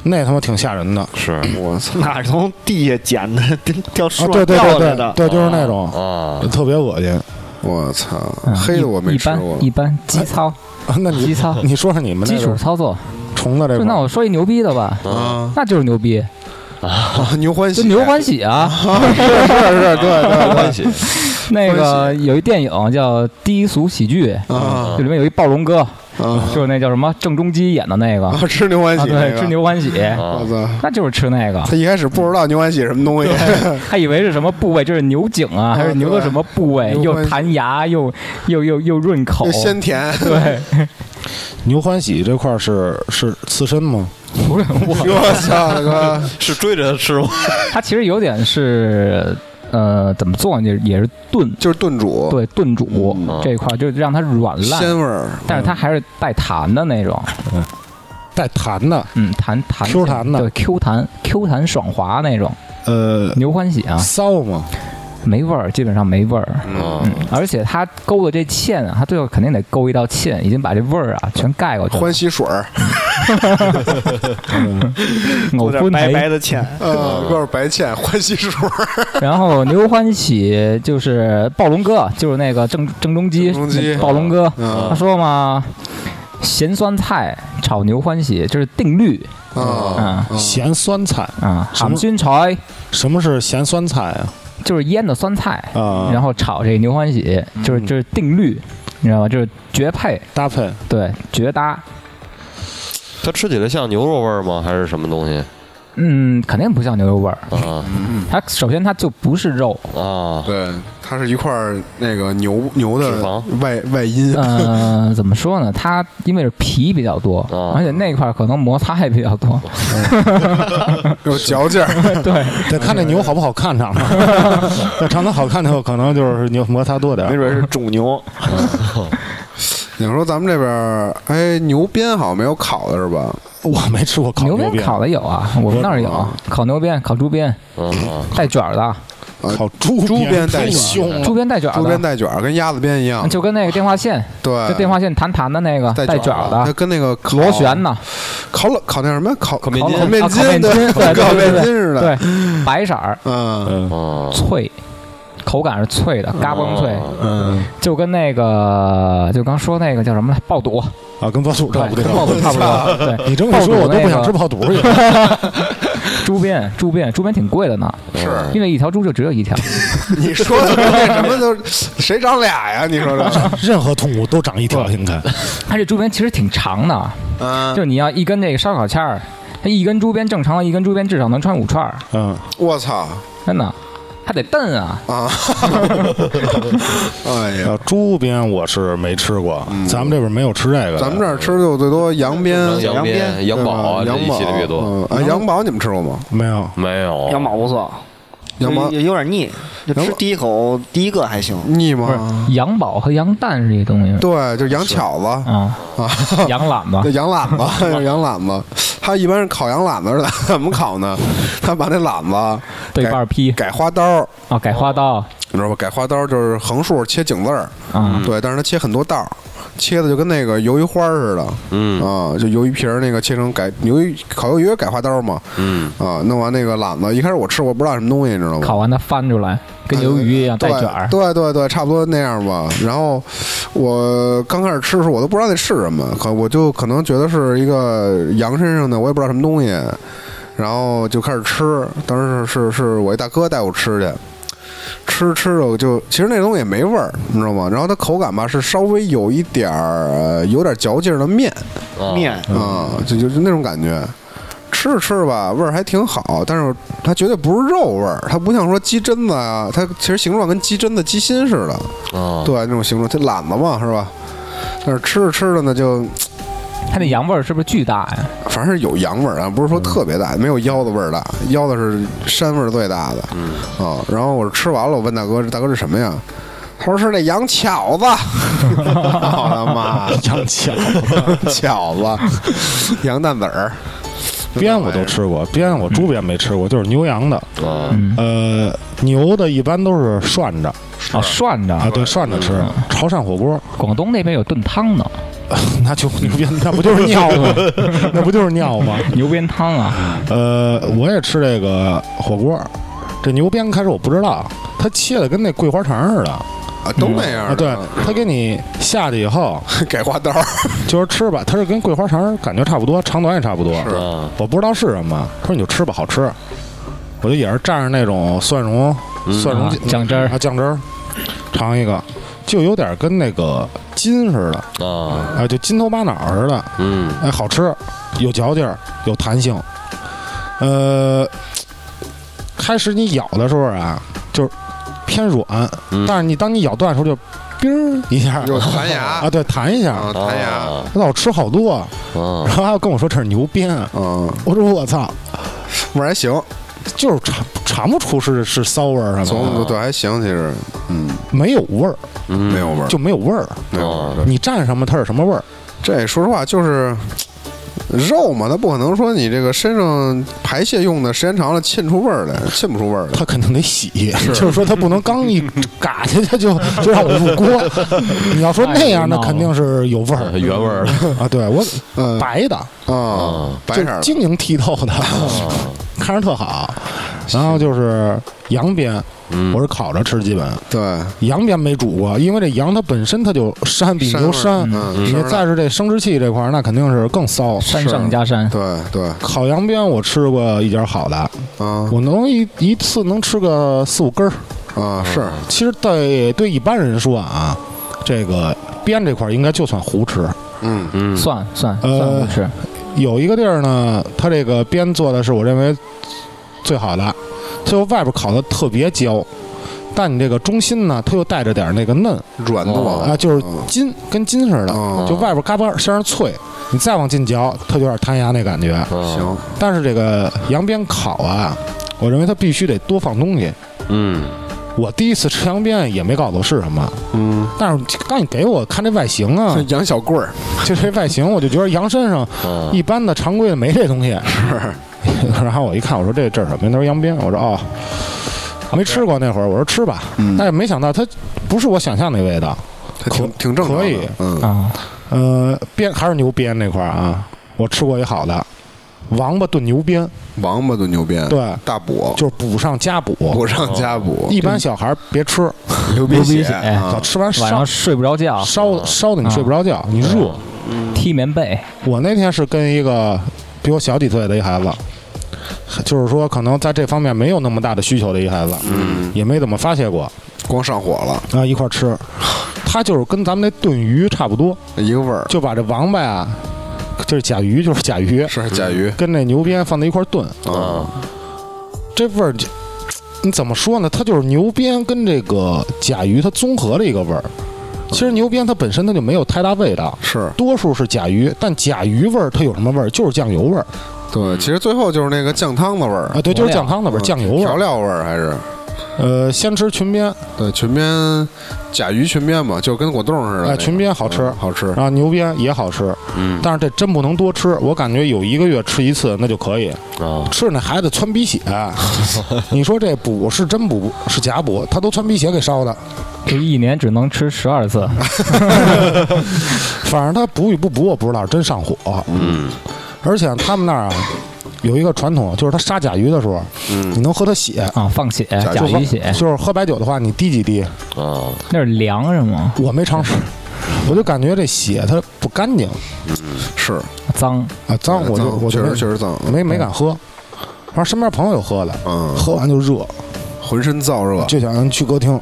那他妈挺吓人的啊，
是
我操，
哪儿从地下捡的， 掉树
啊对对
上掉
对
下来
对
的。
对，就是那种
啊，
特别恶心。
我操
嗯，
黑
一
的我没
一
吃
般
过。
一般基操
啊那你
基操
你说说你们那
基础
个哎
操作。
虫子这
就
块
那
儿，
我说一牛逼的吧，
啊，
那就是牛逼，
牛欢喜，
就牛欢喜啊。
是是，对对
关系
那个有一电影叫《低俗喜剧》，
啊
就里面有一暴龙哥，
啊
就是那叫什么郑中基演的那个，啊
啊，吃牛欢喜，
对，吃。牛欢喜，
啊
我，操，
那就是吃那个，
他一开始不知道牛欢喜什么东西，
还以为是什么部位，这是牛颈啊，还是牛的什么部位，
牛欢
又
喜
弹牙又又又又润口
就，鲜甜。
对，
牛欢喜这块儿是是刺身吗？
不是 我，
我操，大哥，
是追着他吃吗？
它其实有点是呃怎么做呢，也是炖，
就是炖煮，
对，炖煮这一块儿就让它软烂，
鲜味儿，
但是它还是带弹的那种，
带弹的，
嗯，弹弹
Q 弹的
对，Q 弹 Q 弹爽滑那种，
呃，
牛欢喜啊，
骚吗？
没味儿，基本上没味儿。
嗯，
而且它勾的这芡啊，它最后肯定得勾一道芡，已经把这味儿啊全盖过去 了
欢。喜水儿，
藕
有点
分
白
梅
白的芡，
呃，有点白芡，欢喜水儿，
然后牛欢喜就是暴龙哥，就是那个郑郑中基，
郑中基
暴龙哥，
啊
嗯
他说嘛，咸酸菜炒牛欢喜，这是定律
啊
啊
咸酸菜，
啊，
什么
咸熏菜
什么是咸酸菜啊？
就是腌的酸菜，
啊，
然后炒这牛欢喜，就是这是定律，你知道吗？就是绝配，
搭配
对，绝搭。
它吃起来像牛肉味儿吗？还是什么东西？
嗯，肯定不像牛肉味儿。
啊
它首先它就不是肉，
啊，
对，它是一块儿那个牛牛
脂
的
肪
外外阴，
嗯、怎么说呢？它因为是皮比较多，
啊
而且那块儿可能摩擦也比较多。
有嚼 劲儿。
对，
得看那牛好不好看长得，要长得好看的可能就是牛摩擦多点
没
儿。
准是种牛，
你说咱们这边儿，哎，牛鞭好像没有烤的是吧？
我没吃过烤
牛
鞭，
鞭烤的有啊，我们那儿有烤牛鞭、烤猪鞭，
嗯
带卷儿的，
烤猪
猪鞭带
太
卷
凶
猪
了。
鞭带卷儿
嗯猪鞭
的，
带卷儿，跟鸭子鞭一样。
啊就跟那个电话线，
对，
就电话线弹弹的那个
带
带卷
儿
儿
它
的，
跟那个烤
螺旋的，
烤冷烤那什么烤
烤面
烤
筋
面
啊
筋，
烤面筋对对
烤
对
面
对
筋似的。
对，白色儿，
嗯，
嗯
嗯
脆，口感是脆的，嘎嘣脆，
哦
啊
嗯
就跟那个就刚说那个叫什么来，爆肚，
啊，跟爆肚差不
对，
多
跟。爆肚差不多，对，
你这么一说，
爆肚
我都不
那
想
个
吃爆肚去。
猪鞭，猪鞭，猪鞭挺贵的呢，
是
因为一条猪就只有一条，
你说的那什么都谁长俩呀？你说 这，
任何动物都长一条，应该。
而且猪鞭其实挺长的，
嗯，
就你要一根那个烧烤签儿，它一根猪鞭正常的一根猪鞭至少能穿五串儿，
嗯，
我操
真的，它得蹬啊，
啊！哎呀，
啊，猪鞭我是没吃过，咱们这边没有吃这个的。
咱们这儿吃的就最多羊鞭、
羊鞭、羊宝啊，这
羊呃
一
宝
系列越多，
嗯哎，羊宝你们吃过吗？
没有，
没有
羊毛不错，
羊毛
也有点腻，就
羊
吃
毛
第一口第一个还行，
腻
不是
吗？
羊宝和羊蛋是一东西
对，就是羊巧子，
啊，羊懒 吧
对，羊懒子，就是羊懒子。他一般是烤羊懒子是咋 怎么烤呢？他把那懒子
对半儿劈
改花刀，
啊，改花刀
你知道吧？改花刀就是横竖切井字儿，
啊，
对，但是它切很多道儿，切的就跟那个鱿鱼花儿似的，
嗯
啊，就鱿鱼皮儿那个切成改鱿鱼烤鱿鱼改花刀嘛，
嗯
啊，弄完那个懒子，一开始我吃我不知道什么东西，你知道吗？
烤完它翻出来，跟鱿鱼一样带
对
卷儿，
对对对，差不多那样吧。然后我刚开始吃的时候，我都不知道那是什么，可我就可能觉得是一个羊身上的，我也不知道什么东西，然后就开始吃。当时是是是我一大哥带我吃去。吃吃着我就，其实那东西也没味儿，你知道吗？然后它口感吧是稍微有一点儿，呃有点嚼劲儿的面，
啊
面
啊、就就是那种感觉。吃着吃着吧，味儿还挺好，但是它绝对不是肉味儿，它不像说鸡胗子啊，它其实形状跟鸡胗子、鸡心似的，
啊
对，那种形状，它懒子嘛，是吧？但是吃着吃着呢，就
它那羊味儿是不是巨大呀？
反正是有羊味儿啊，不是说特别大，没有腰子味儿大，腰子是膻味儿最大的，嗯啊。然后我吃完了，我问大哥，大哥这什么呀？他说是那羊巧子，我的妈，
羊巧
巧子，羊蛋子儿，
鞭我都吃过，鞭我猪鞭没吃过，就是牛羊的。
啊
嗯
呃，牛的一般都是涮着
啊，涮着
啊，对，涮着吃，潮汕火锅，
广东那边有炖汤呢，
那就牛鞭，那不 就是尿吗？那不就是尿吗？
牛鞭汤啊，
呃，我也吃这个火锅，这牛鞭开始我不知道，它切的跟那桂花肠似的
啊，都那样
啊，
的，
对，它给你下去以后
改 花刀，
就是吃吧，它是跟桂花肠感觉差不多，长短也差不多，
啊
我不知道是什么，他说你就吃吧，好吃。我就也是蘸着那种蒜蓉、
嗯
蒜蓉
啊酱汁儿
啊酱汁儿，尝一个，就有点跟那个筋似的，
啊
哎，就筋头巴脑似的，
嗯
哎，好吃，有嚼劲儿，有弹性。呃，开始你咬的时候啊，就是偏软，
嗯
但是你当你咬断的时候就冰儿一下
有弹牙
啊，对，弹一下。
啊，弹牙，
那我吃好多，
啊
然后还要跟我说这是牛鞭，
嗯，
我说我操，
味儿还
啊
行，
就是尝尝不出是是骚味儿什么
从对还行，其实，嗯，
的，没有味儿，
嗯啊
没有味儿，
就没有味儿。
没有味儿。对
你蘸什么它是什么味儿？
这说实话就是。肉嘛，它不可能说你这个身上排泄用的时间长了沁出味儿来，沁不出味儿来。
它肯定得洗，就是说它不能刚一嘎下去就就让我入锅。 你要说那样，
太
那
闹了
肯定是有味
哎
儿
原味儿的
啊！对我
嗯
白的，
啊，白
就
色儿的
晶莹剔透 的，
嗯
啊
看着特好。然后就是羊鞭，
嗯
我是烤着吃，基本
对，
羊鞭没煮过，因为这羊它本身它就膻，比
膻
牛
味儿
膻。
嗯，
你
是不是
再是这生殖器这块儿，那肯定是更骚。
山上加山，
对对
烤羊鞭我吃过一家好的，
啊
我能一一次能吃个四五根儿。
啊是
其实对对一般人说啊，这个鞭这块儿应该就算胡吃。
嗯
嗯
算算
呃
算不吃，
有一个地儿呢，它这个鞭做的是我认为最好的，它又外边烤的特别焦，但你这个中心呢，它又带着点那个嫩
软
哦
糯
啊，就是筋跟筋似的，
哦
哎就外边嘎巴身上脆，你再往进嚼，它就有点弹牙那感觉。
行，
行，
但是这个羊鞭烤啊，我认为它必须得多放东西。
嗯，
我第一次吃羊鞭也没搞懂是什么，
嗯，
但是刚你给我看这外形啊，
羊小棍儿，
就这外形，我就觉得羊身上
嗯
一般的常规的没这东西。 然后我一看，我说这这是什么呀？他说羊鞭。我说哦，没吃过那会儿，我说吃吧。但是没想到它不是我想象那味道。
它挺挺正常的，
可以
嗯，
啊，
呃，鞭还是牛鞭那块儿啊，我吃过一好的，王八炖牛鞭，
王八炖牛鞭，
对
大补，
就是补上加补。
补上加补，
哦一般小孩儿别吃，
流鼻
流鼻血
啊
早吃完
晚上啊
烧
睡不着觉，
烧烧的你睡不着觉，你热。
踢棉被，
我那天是跟一个比我小几岁的一孩子，就是说可能在这方面没有那么大的需求的一孩子，嗯，也没怎么发泄过
光上火了，
啊，一块儿吃，他就是跟咱们那炖鱼差不多，
一个味儿
就把这王八呀，就是甲鱼，就是甲鱼，
是甲鱼
跟那牛鞭放在一块儿炖，
啊，
这味儿就。你怎么说呢？它就是牛鞭跟这个甲鱼它综合的一个味儿。其实牛鞭它本身它就没有太大味道，
是
多数是嗯甲鱼，但甲鱼味儿它有什么味儿？就是酱油味儿
对，其实最后就是那个酱汤的味儿
啊，，对，就是酱汤的味儿，
嗯
酱油味
调
儿。
料味儿还是
呃，先吃裙边，
对裙边甲鱼裙边嘛，就跟果冻似的那
哎，
个，
裙边好吃
嗯，好吃
然，后牛鞭也好吃，
嗯
但是这真不能多吃，我感觉有一个月吃一次那就可以。
啊，
吃那孩子窜鼻 血，你说这补是真补是假补？他都窜鼻血给烧的，
这一年只能吃十二次，
反正他补与不补我不知道，真上火。
嗯，
而且他们那儿啊有一个传统，就是他杀甲鱼的时候，你能喝它血。
啊，放血，甲
就喝
鱼血，
就是喝白酒的话，你滴几滴，
啊，
那是凉是吗？
我没尝试，我就感觉这血它不干净
是
脏，
啊，脏，我就
脏
我就
确
没
实确实脏，
没没敢喝。然后身边朋友有喝的，
嗯，
喝完就热，
浑身燥热，
就想去歌厅，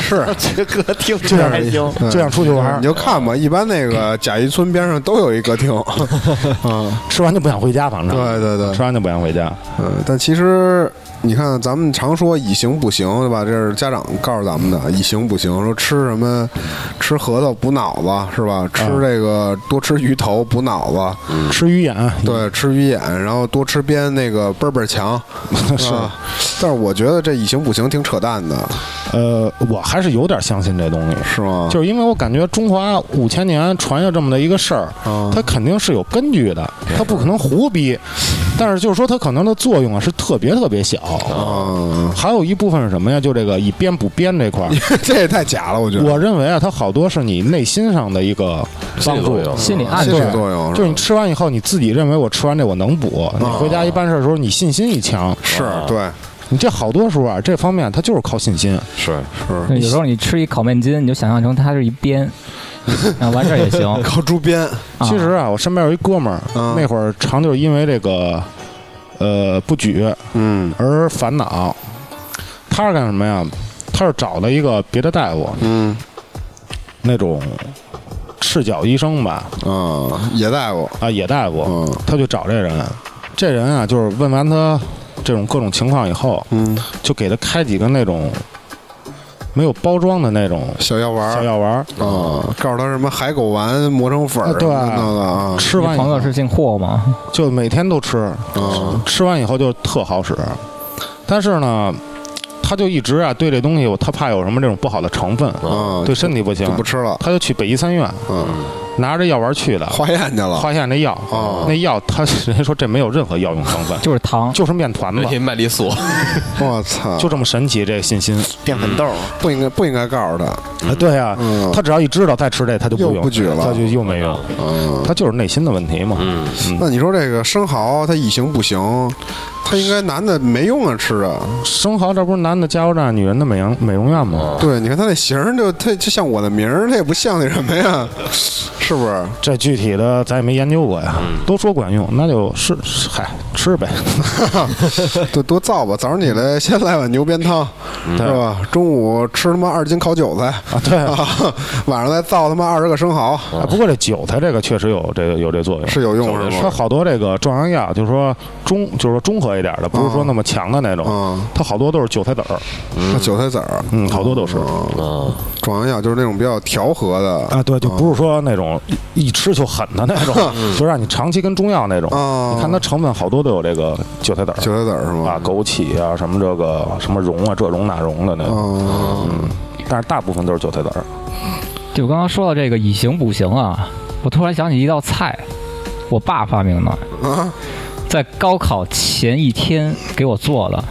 是。
这歌听
这
着
样
还行。
就想出去玩
你，就看吧，一般那个甲鱼村边上都有一歌厅，嗯，
吃完就不想回家，反正
对对对
吃，完就不想回家。
嗯，但其实你看，咱们常说以形补形，对吧？这是家长告诉咱们的，以形补形，说吃什么，吃核桃补脑子，是吧？吃这个多吃鱼头补脑子，
吃鱼眼，
对，吃鱼眼，然后多吃鞭那个倍儿倍儿强，
是
吧但是我觉得这以形补形挺扯淡的，
呃，我还是有点相信这东西，
是吗？
就是因为我感觉中华五千年传下这么的一个事儿，
啊
它肯定是有根据的，它不可能胡逼。但是就是说，它可能的作用啊是特别特别小。
啊，
还有一部分是什么呀？就这个以编补编这 块儿，
这也太假了，我觉得。
我认为啊，它好多是你内心上的一个
心
帮
理
助
作。用
心理暗
心
示
理作用
就是
是
你
吧
吃完以后，你自己认为我吃完这我能补，你回家一办事的时候，你信心一强。
是
啊
对，
你这好多时候啊，这方面它就是靠信心。
是啊
有时候你吃一烤面筋，你就想象成它是一鞭，啊，完事儿也行。
烤猪鞭
啊
其实啊，我身边有一哥们儿，
啊
嗯
那会儿常就是因为这个呃不举
嗯
而烦恼。他是干什么呀？他是找了一个别的大夫，
嗯
那种赤脚医生吧，
啊，野大夫，
啊，野大夫，
嗯
他就找这人。这人啊，就是问完他这种各种情况以后，
嗯，
就给他开几个那种没有包装的那种
小药丸儿，
小药丸儿，
啊，告诉他什么海狗丸磨成粉儿，
啊对
那个啊，
吃
你
完以
朋
后
友是姓霍吗？
就每天都吃，
啊
吃完以后就特好使。但是呢，他就一直啊对这东西，他怕有什么这种不好的成分，
啊，
对身体不行
就，不吃了，
他就去北医三院
嗯，
拿着药丸去的，
化验去了，
化验那药
哦，
那药他人家说这没有任何药用
，
成分
就是糖，
就是面团子
那，些哎麦丽素，
我操，
就这么神奇这个信心。
淀粉豆儿，
不应该不应该告诉他，
啊，对呀
嗯，
他只要一知道再吃这，他就
又
不用
不举了
他就又没用，
嗯，
他就是内心的问题嘛。
嗯，
那你说这个生蚝它以形补形，它应该男的没用啊吃啊，
生蚝这不是男的加油站，女人的美容美容院吗？
对，你看它那形儿就它就像我的名儿，它也不像那什么 呀，是不是？
这具体的咱也没研究过呀，
嗯
都说管用，那就是是嗨吃呗。
多多造吧，早上起来先来碗牛鞭汤，是吧？中午吃他妈二斤烤韭菜啊，
啊对
晚上再造他妈二十个生蚝，
啊，不过这韭菜这个确实有这个有这作用，
哦是有用是
它
吗？
好多这个壮阳药，就是说中就是说中和和一点的，不是说那么强的那种。
嗯
它好多都是韭菜籽儿，
那韭菜籽儿，
嗯，好多都是。
哦
啊，
壮阳药就是那种比较调和的
啊，对，就不是说那种一一吃就狠的那种，
嗯
就让你长期跟中药那种。
哦
你看它成分好多都有这个韭菜籽
韭
儿
菜籽儿是吗？
啊、枸杞啊，什么这个什么蓉啊，这蓉那蓉的那种。
嗯，
但是大部分都是韭菜籽儿。
就我刚刚说到这个以形补形啊，我突然想起一道菜，我爸发明的，
啊，
在高考前一天给我做的，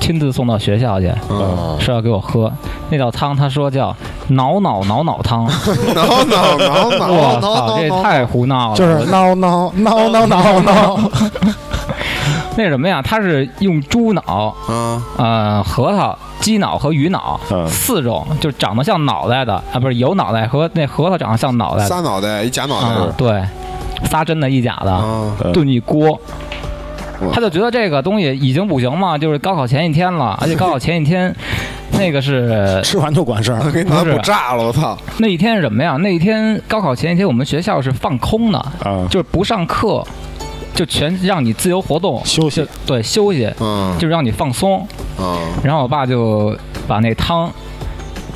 亲自送到学校去，
啊
啊
嗯
说要给我喝那道汤，他说叫挠挠挠挠汤，
挠挠挠挠，
我操，这也太胡闹了，
就是孬孬孬孬 孬孬，
那是什么呀？它是用猪脑、
嗯
呃核桃、鸡脑和鱼脑、
嗯
四种，就长得像脑袋的啊，不是有脑袋和那核桃长得像脑袋的
仨脑袋一假脑
啊
袋，
对，仨真的，一假的。
啊，
嗯
炖一锅
哇。
他就觉得这个东西已经不行嘛，就是高考前一天了，而且高考前一 天，那个是
吃完就管事儿
给你他
不是啊
不炸了，我操！
那一天是什么呀？那一天高考前一天，我们学校是放空的，
嗯
啊，
就是不上课，就全让你自由活动，
休息
就对休息，
嗯
就让你放松。
嗯，
然后我爸就把那汤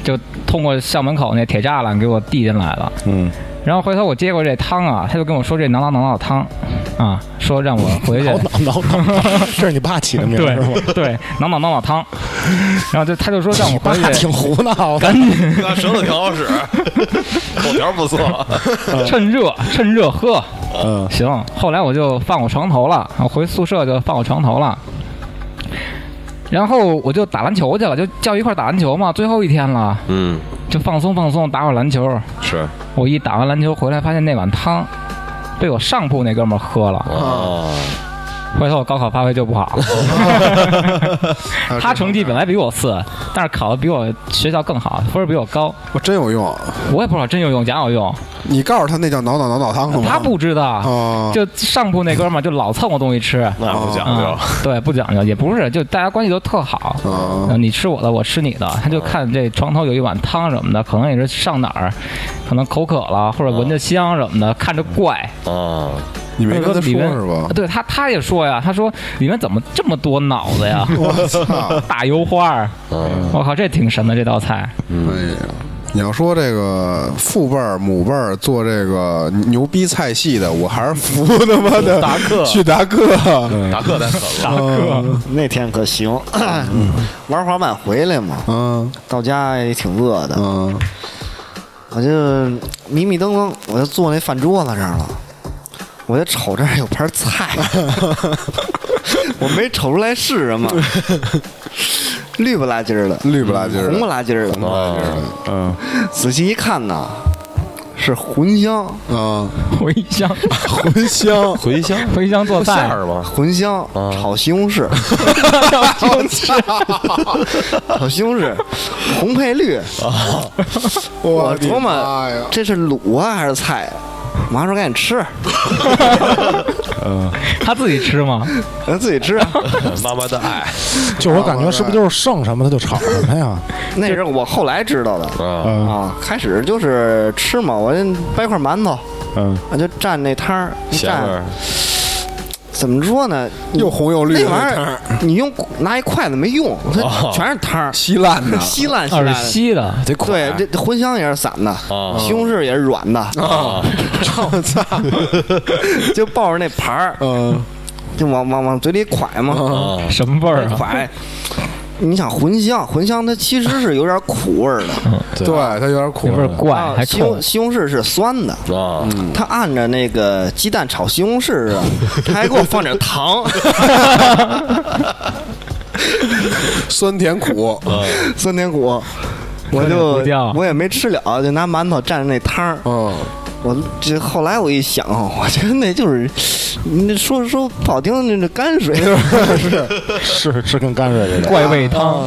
就通过校门口那铁栅栏给我递进来了。
嗯，
然后回头我接过这汤啊，他就跟我说这挠挠挠挠汤，啊，说让我回去
挠挠挠 挠，这 是你爸起的名儿是吗？
对对，挠挠挠挠汤，然后就他就说让我
你
回
爸
去
挺胡闹的，
赶紧
那舌头挺好使， 口条不错。
趁热趁热喝。
嗯
行，后来我就放我床头了，我回宿舍就放我床头了。然后我就打篮球去了，就叫一块儿打篮球嘛，最后一天了，
嗯，
就放松放松，打会儿篮球。
是
我一打完篮球回来，发现那碗汤被我上铺那哥们儿喝了，
啊，
回头我高考发挥就不 好了。他成绩本来比我次，但是考的比我学校更好，分儿比我高。
我真有用，啊
我也不知道真有用假有用，
你告诉他那叫挠挠挠挠汤
哦
了吗？
他不知道。
啊，
就上铺那哥们儿就老蹭我东西吃，
那不讲
啊
究，，
对，不讲究，也不是，就大家关系都特好。
啊
哦
呃你吃我的，我吃你的。他就看这床头有一碗汤什么的，可能也是上哪儿，可能口渴了，或者闻着香什么的，看着怪。
啊，
你没跟他
里
说
面啊
是吧？
对他，他也说呀，他说里面怎么这么多脑子呀？
我操！
大油花儿，
嗯
我靠，这挺神的这道菜。
哎呀，你要说这个父辈儿、母辈儿做这个牛逼菜系的，我还是服他妈的
达克
去达克。
达克太狠了，
嗯
那天可行， 玩滑板回来嘛，
嗯
到家也挺饿的，
嗯，
我就迷迷瞪瞪，我就坐那饭桌子这儿了，我就瞅这儿有盘菜， 我没瞅出来是 什么，绿不拉几儿的，
绿不拉几儿的
红不拉几儿的，
啊，，
嗯，
仔细一看呐，是茴香，
啊，
茴香，
茴香
茴香
茴香做
馅
菜，
儿 吗？
茴香
啊
炒西 红柿，炒西红柿，红配绿，我
的妈
琢磨
呀！
这是卤啊还是菜啊？我妈说赶紧吃，
他自己吃吗？
咱自己 吃啊。
妈妈的爱
就是我感觉是不是就是剩什么他就炒什么呀？
那是我后来知道的
啊，
嗯
啊。开始就是吃嘛，我就掰块馒头，
嗯，
我就蘸那汤儿，一
咸味
蘸
儿，
怎么说呢？
又红又绿
那
的
玩意
汤哦
儿你用拿一筷子没用，它全是汤儿，，
稀烂的
稀烂稀
啊，是
烂。
稀的，
得苦
对，这茴香也是散的，
啊
西红柿也是软的，
啊，
我操！
就抱着那盘儿，
嗯，
就往往往嘴里蒯嘛，
啊
什么味儿啊？
蒯。你想茴香，茴香它其实是有点苦味儿的，
对，它有点苦
那味儿怪，
啊，
还
西
冲
红。西红柿是酸的，
啊，
他按着那个鸡蛋炒西红柿啊，他还给我放点糖，
酸甜苦。
酸甜苦，我
有点
就
糊掉
我也没吃了，就拿馒头蘸着那汤儿。
嗯，
我这后来我一想，我觉得那就是，你说说不好听，那是泔水。
是是跟泔水似的。
怪味汤，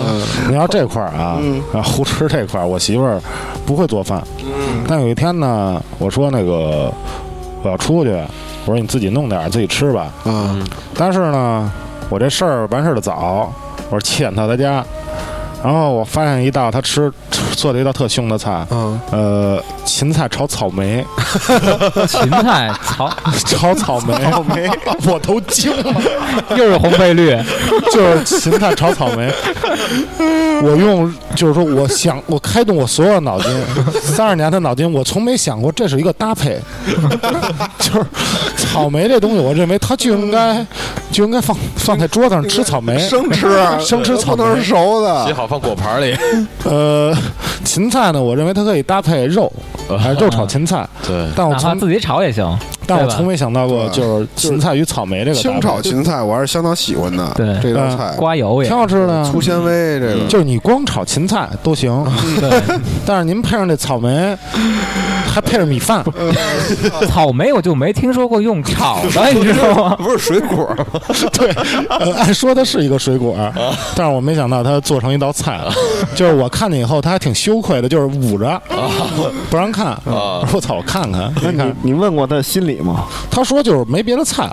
你要这块儿啊，啊，胡吃这块儿，我媳妇儿不会做饭。但有一天呢，我说那个我要出去，我说你自己弄点儿自己吃吧。
嗯，
但是呢，我这事儿完事儿的早，我说七点到她 家，然后我发现一道她吃吃做的一道特凶的菜，
嗯，
呃，芹菜炒草莓，
芹菜草
炒草莓，草莓， 我都惊 了，
又是红配 绿，
就是芹菜炒草 莓。我用就是说，我想我开动我所有脑筋，三十年的脑筋，我从没想过这是一个搭配， 就是草莓这东西，我认为它就应该就应该放放在桌子上吃草莓，
生吃
哎
啊
生吃草
不能
莓
是。熟
写
的，
好放果盘里。
呃，芹菜呢，我认为它可以搭配肉，还是肉炒芹菜。
对，
但我
哪怕
从
啊自己炒也行。
但我
对吧
从没想到过，
对
就是芹菜与草莓这个搭
清
配
炒芹菜我还是相当喜欢的。
对
这道
嗯
菜，
刮油也
挺好吃的啊呀
粗。纤维这个，
就是你光炒芹菜都行，
嗯
但是您配上这草莓，还配着米 饭，
草莓我就没听说过用炒的，你知道吗？
不是水果吗？
对，呃，按说它是一个水
啊
果，但是我没想到它做成一道菜， 就是我看见以后，它还挺羞愧的，就是捂
啊
着不让看。我说我操，我看
嗯
看，
那
你看
你你问过他的心理吗？
他说就是没别的菜，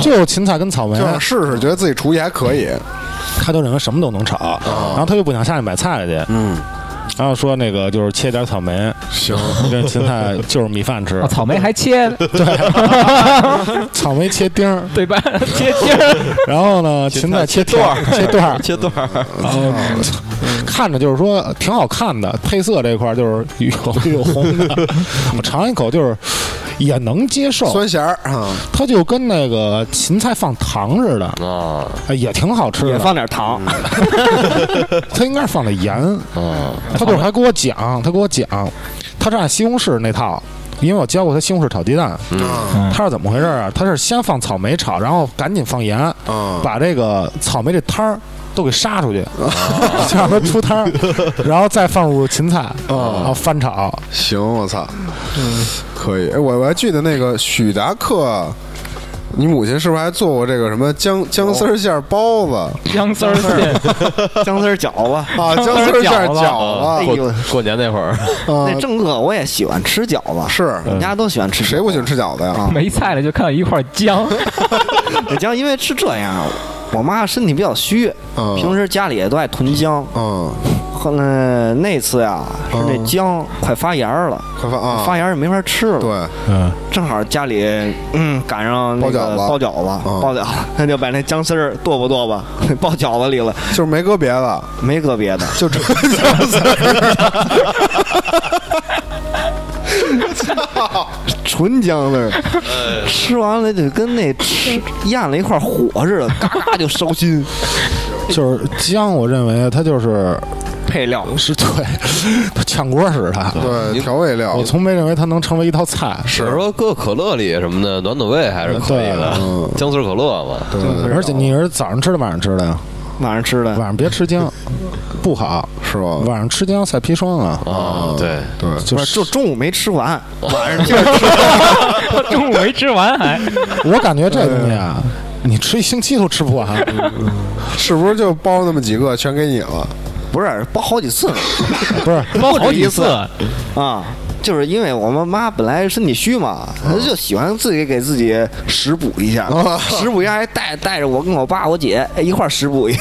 就有芹菜跟草莓
啊就，想试试，觉得自己厨艺还可以。
他就认为什么都能炒，然后他又不想下去买菜去，
啊嗯，
然后说那个就是切点草莓，
行，
跟芹菜就是米饭吃
哦，，草莓还切
草莓切丁儿，
对吧？切切
然后呢，芹菜切条儿，切段儿，
切段儿，
看着就是说挺好看的，配色这块儿就是有有红的，我尝一口就是也能接受，
酸咸儿啊，
它就跟那个芹菜放糖似的，
啊
哎也挺好吃
也
的。
放点糖，
它应该是放的盐，
啊，
他就是还给我讲，他给我讲，他是按西红柿那套。因为我教过他西红柿炒鸡蛋，
嗯
他是怎么回事啊？他是先放草莓炒，然后赶紧放盐，
嗯，
把这个草莓这摊儿都给杀出去， 就让它出摊儿，然后再放入芹菜，然后翻炒。
行，我操，可以。哎，我我还记得那个许达克。你母亲是不是还做过这个什么姜姜丝儿馅儿包子
姜丝儿馅，
姜丝儿饺子。
嗯啊？姜丝儿馅儿
饺子
饺
哎
过
子
呦
过年那会儿，
啊
那，正饿我也喜欢吃饺子，
是嗯
我们家都喜欢吃。
谁不喜欢？吃饺子呀？啊
没菜了就看到一块姜，
那姜因为是这样，我妈身体比较虚，
嗯
平时家里也都爱囤姜。
嗯，
后来那次呀，是那
嗯
姜快发芽儿了，
快发啊，
发芽儿也没法吃了。
对，
嗯，
正好家里嗯赶上那个
包
包饺子，
嗯
包饺子， 那就把那姜丝儿剁吧剁吧， 包饺子里了，
就是没搁别的，
没个别的，
就这姜丝儿， 纯姜丝儿，
吃完了就跟那吃咽了一块火似的，嘎嘎就烧心。
就是姜，我认为它就是
配料
是对， 它炝锅似的。
对，调味料
我。从没认为它能成为一道菜，
是说搁可乐里什么的暖暖胃还是可以的
对，
嗯
姜丝可乐嘛。
而且你是早上吃的，晚上吃的呀？
晚上吃
晚
的，
上别吃姜，不好。
是吧？
晚上吃姜赛砒霜啊，
啊，对，
对，
就
不是
是
就中午没吃完，晚上就
中午没吃完还。
我感觉这东西啊，你吃一星期都吃不完。
是不是就包那么几个全给你了？
不是包好几次呢
不 是，
包好几次，
啊。就是因为我们妈本来身体虚嘛，她就喜欢自己给自己食补一下，食补一下还带带着我跟我爸我姐哎一块儿食补一下。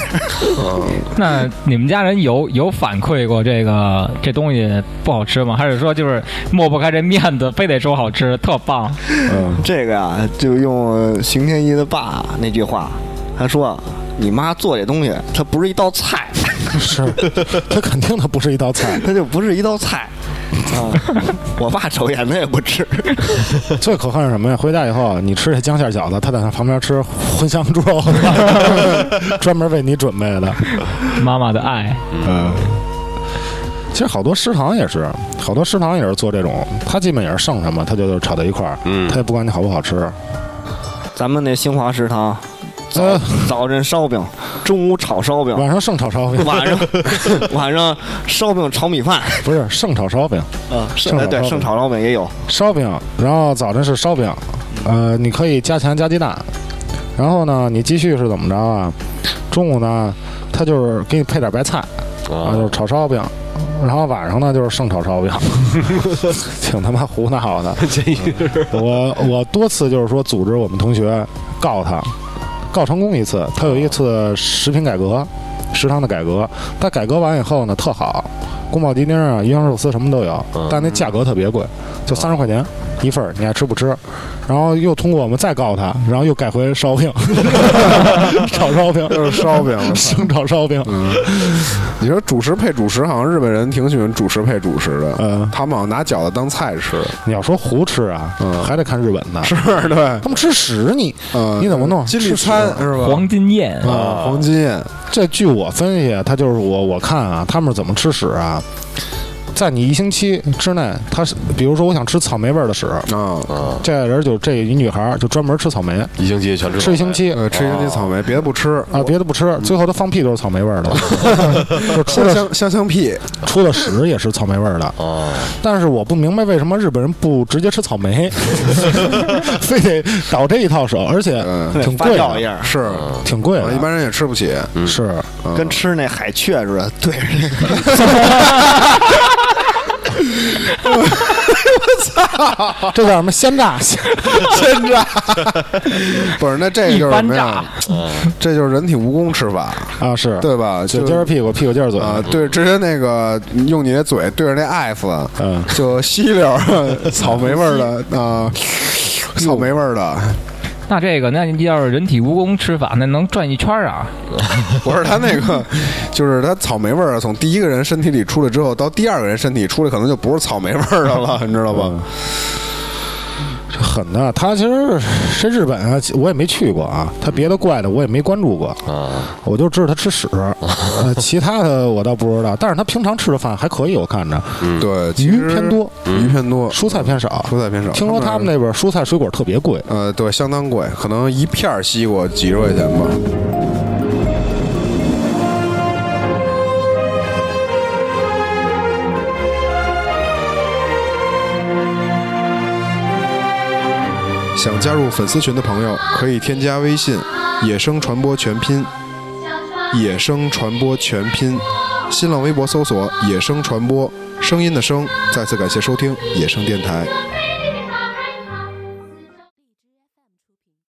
那你们家人有有反馈过这个这东西不好吃吗？还是说就是抹不开这面子，非得说好吃，特棒？
这个呀、就用呃邢天一的爸那句话，他说：“你妈做这东西，它不是一道菜，
是，它肯定它不是一道菜。
它就不是一道菜。” 啊，我爸抽烟，他也不吃。
最可恨是什么呀？回家以后，啊你吃这姜馅饺子，他在那旁边吃茴香猪肉， 专门为你准备的。
妈妈的爱，
嗯，其实好多食堂也是，好多食堂也是做这种，他基本也是剩什么，他就炒到一块儿，
嗯
他也不管你好不好吃。
咱们那新华食堂，早、
呃
早晨烧饼，中午炒烧饼，
晚上剩炒烧饼，
晚上 晚上烧饼炒米饭，
不是剩炒烧饼，
啊，
嗯剩
剩哎对
炒烧饼
剩炒烧饼也有，
烧饼，然后早晨是烧饼，呃，你可以加钱加鸡蛋，然后呢，你继续是怎么着啊？中午呢，他就是给你配点白菜，啊，就是
啊，
炒烧饼，然后晚上呢就是剩炒烧饼， 挺他妈胡闹的。我我多次就是说组织我们同学告他，告成功一次。他有一次食品改革，食堂的改革，他改革完以后呢特好，宫保鸡丁啊、鱼香肉丝什么都有
嗯，
但那价格特别贵，就三十块钱一份儿，你爱吃不吃？然后又通过我们再告他，然后又改回烧饼， 炒烧饼，
就是烧饼。
生炒烧饼。
你说主食配主食，好像日本人挺喜欢主食配主食的，
嗯
他们好像拿饺子当菜吃，
你要说胡吃啊，还得看日本的，
嗯是对，
他们吃屎你，
嗯，
你怎么弄？
金
吃
立
屎
餐是吧？
黄金宴，
啊，黄金宴，
这据我分析，啊他就是我我看啊，他们是怎么吃屎啊？在你一星期之内，他是比如说我想吃草莓味儿的屎，
啊，
啊，
这人就这一女孩儿就专门吃草莓，
一星期全吃
吃一星期
呃，吃一些草莓，别的不吃
啊，别的不
嗯
吃，最后她放屁都是草莓味儿的， 就出了
香 香香香屁，
出了屎也是草莓味儿的。
哦
啊，
但是我不明白为什么日本人不直接吃草 莓，非得倒这一套手，而且
嗯
挺
发
贵
酵
的，
一下，
是，
挺贵
啊一
的，嗯
般人也吃不起，
是
跟吃那海雀似的，对着那个。
这叫什么鲜榨？
真的，不是，那这个就是什么
一
呀？这就是人体蜈蚣吃法，
啊，嗯是
对吧？
嘴
就
尖儿屁股，屁股尖儿嘴
啊，对，直接那个用你的嘴对着那 F，
嗯
就吸溜儿 草莓味儿的啊，草莓味儿的，
那这个，那要是人体蜈蚣吃法，那能转一圈儿啊！
不是他那个，就是他草莓味儿啊从第一个人身体里出来之后，到第二个人身体出来，可能就不是草莓味儿的了，你知道吧？
这狠的，他其实这日本啊，我也没去过啊，他别的怪的我也没关注过，
啊，
我就知道他吃 屎，呃其他的我倒不知道。但是他平常吃的饭还可以，我看着
对，其
嗯鱼
实
偏多，
鱼偏多，
蔬菜偏少，
蔬菜偏少
听说他们那边蔬菜水果特别贵，
呃，对，相当贵，可能一片儿西瓜几十块钱吧。想加入粉丝群的朋友，可以添加微信“野生传播全拼”，野生传播全拼，新浪微博搜索“野生传播”，声音的声。再次感谢收听野生电台。
Thank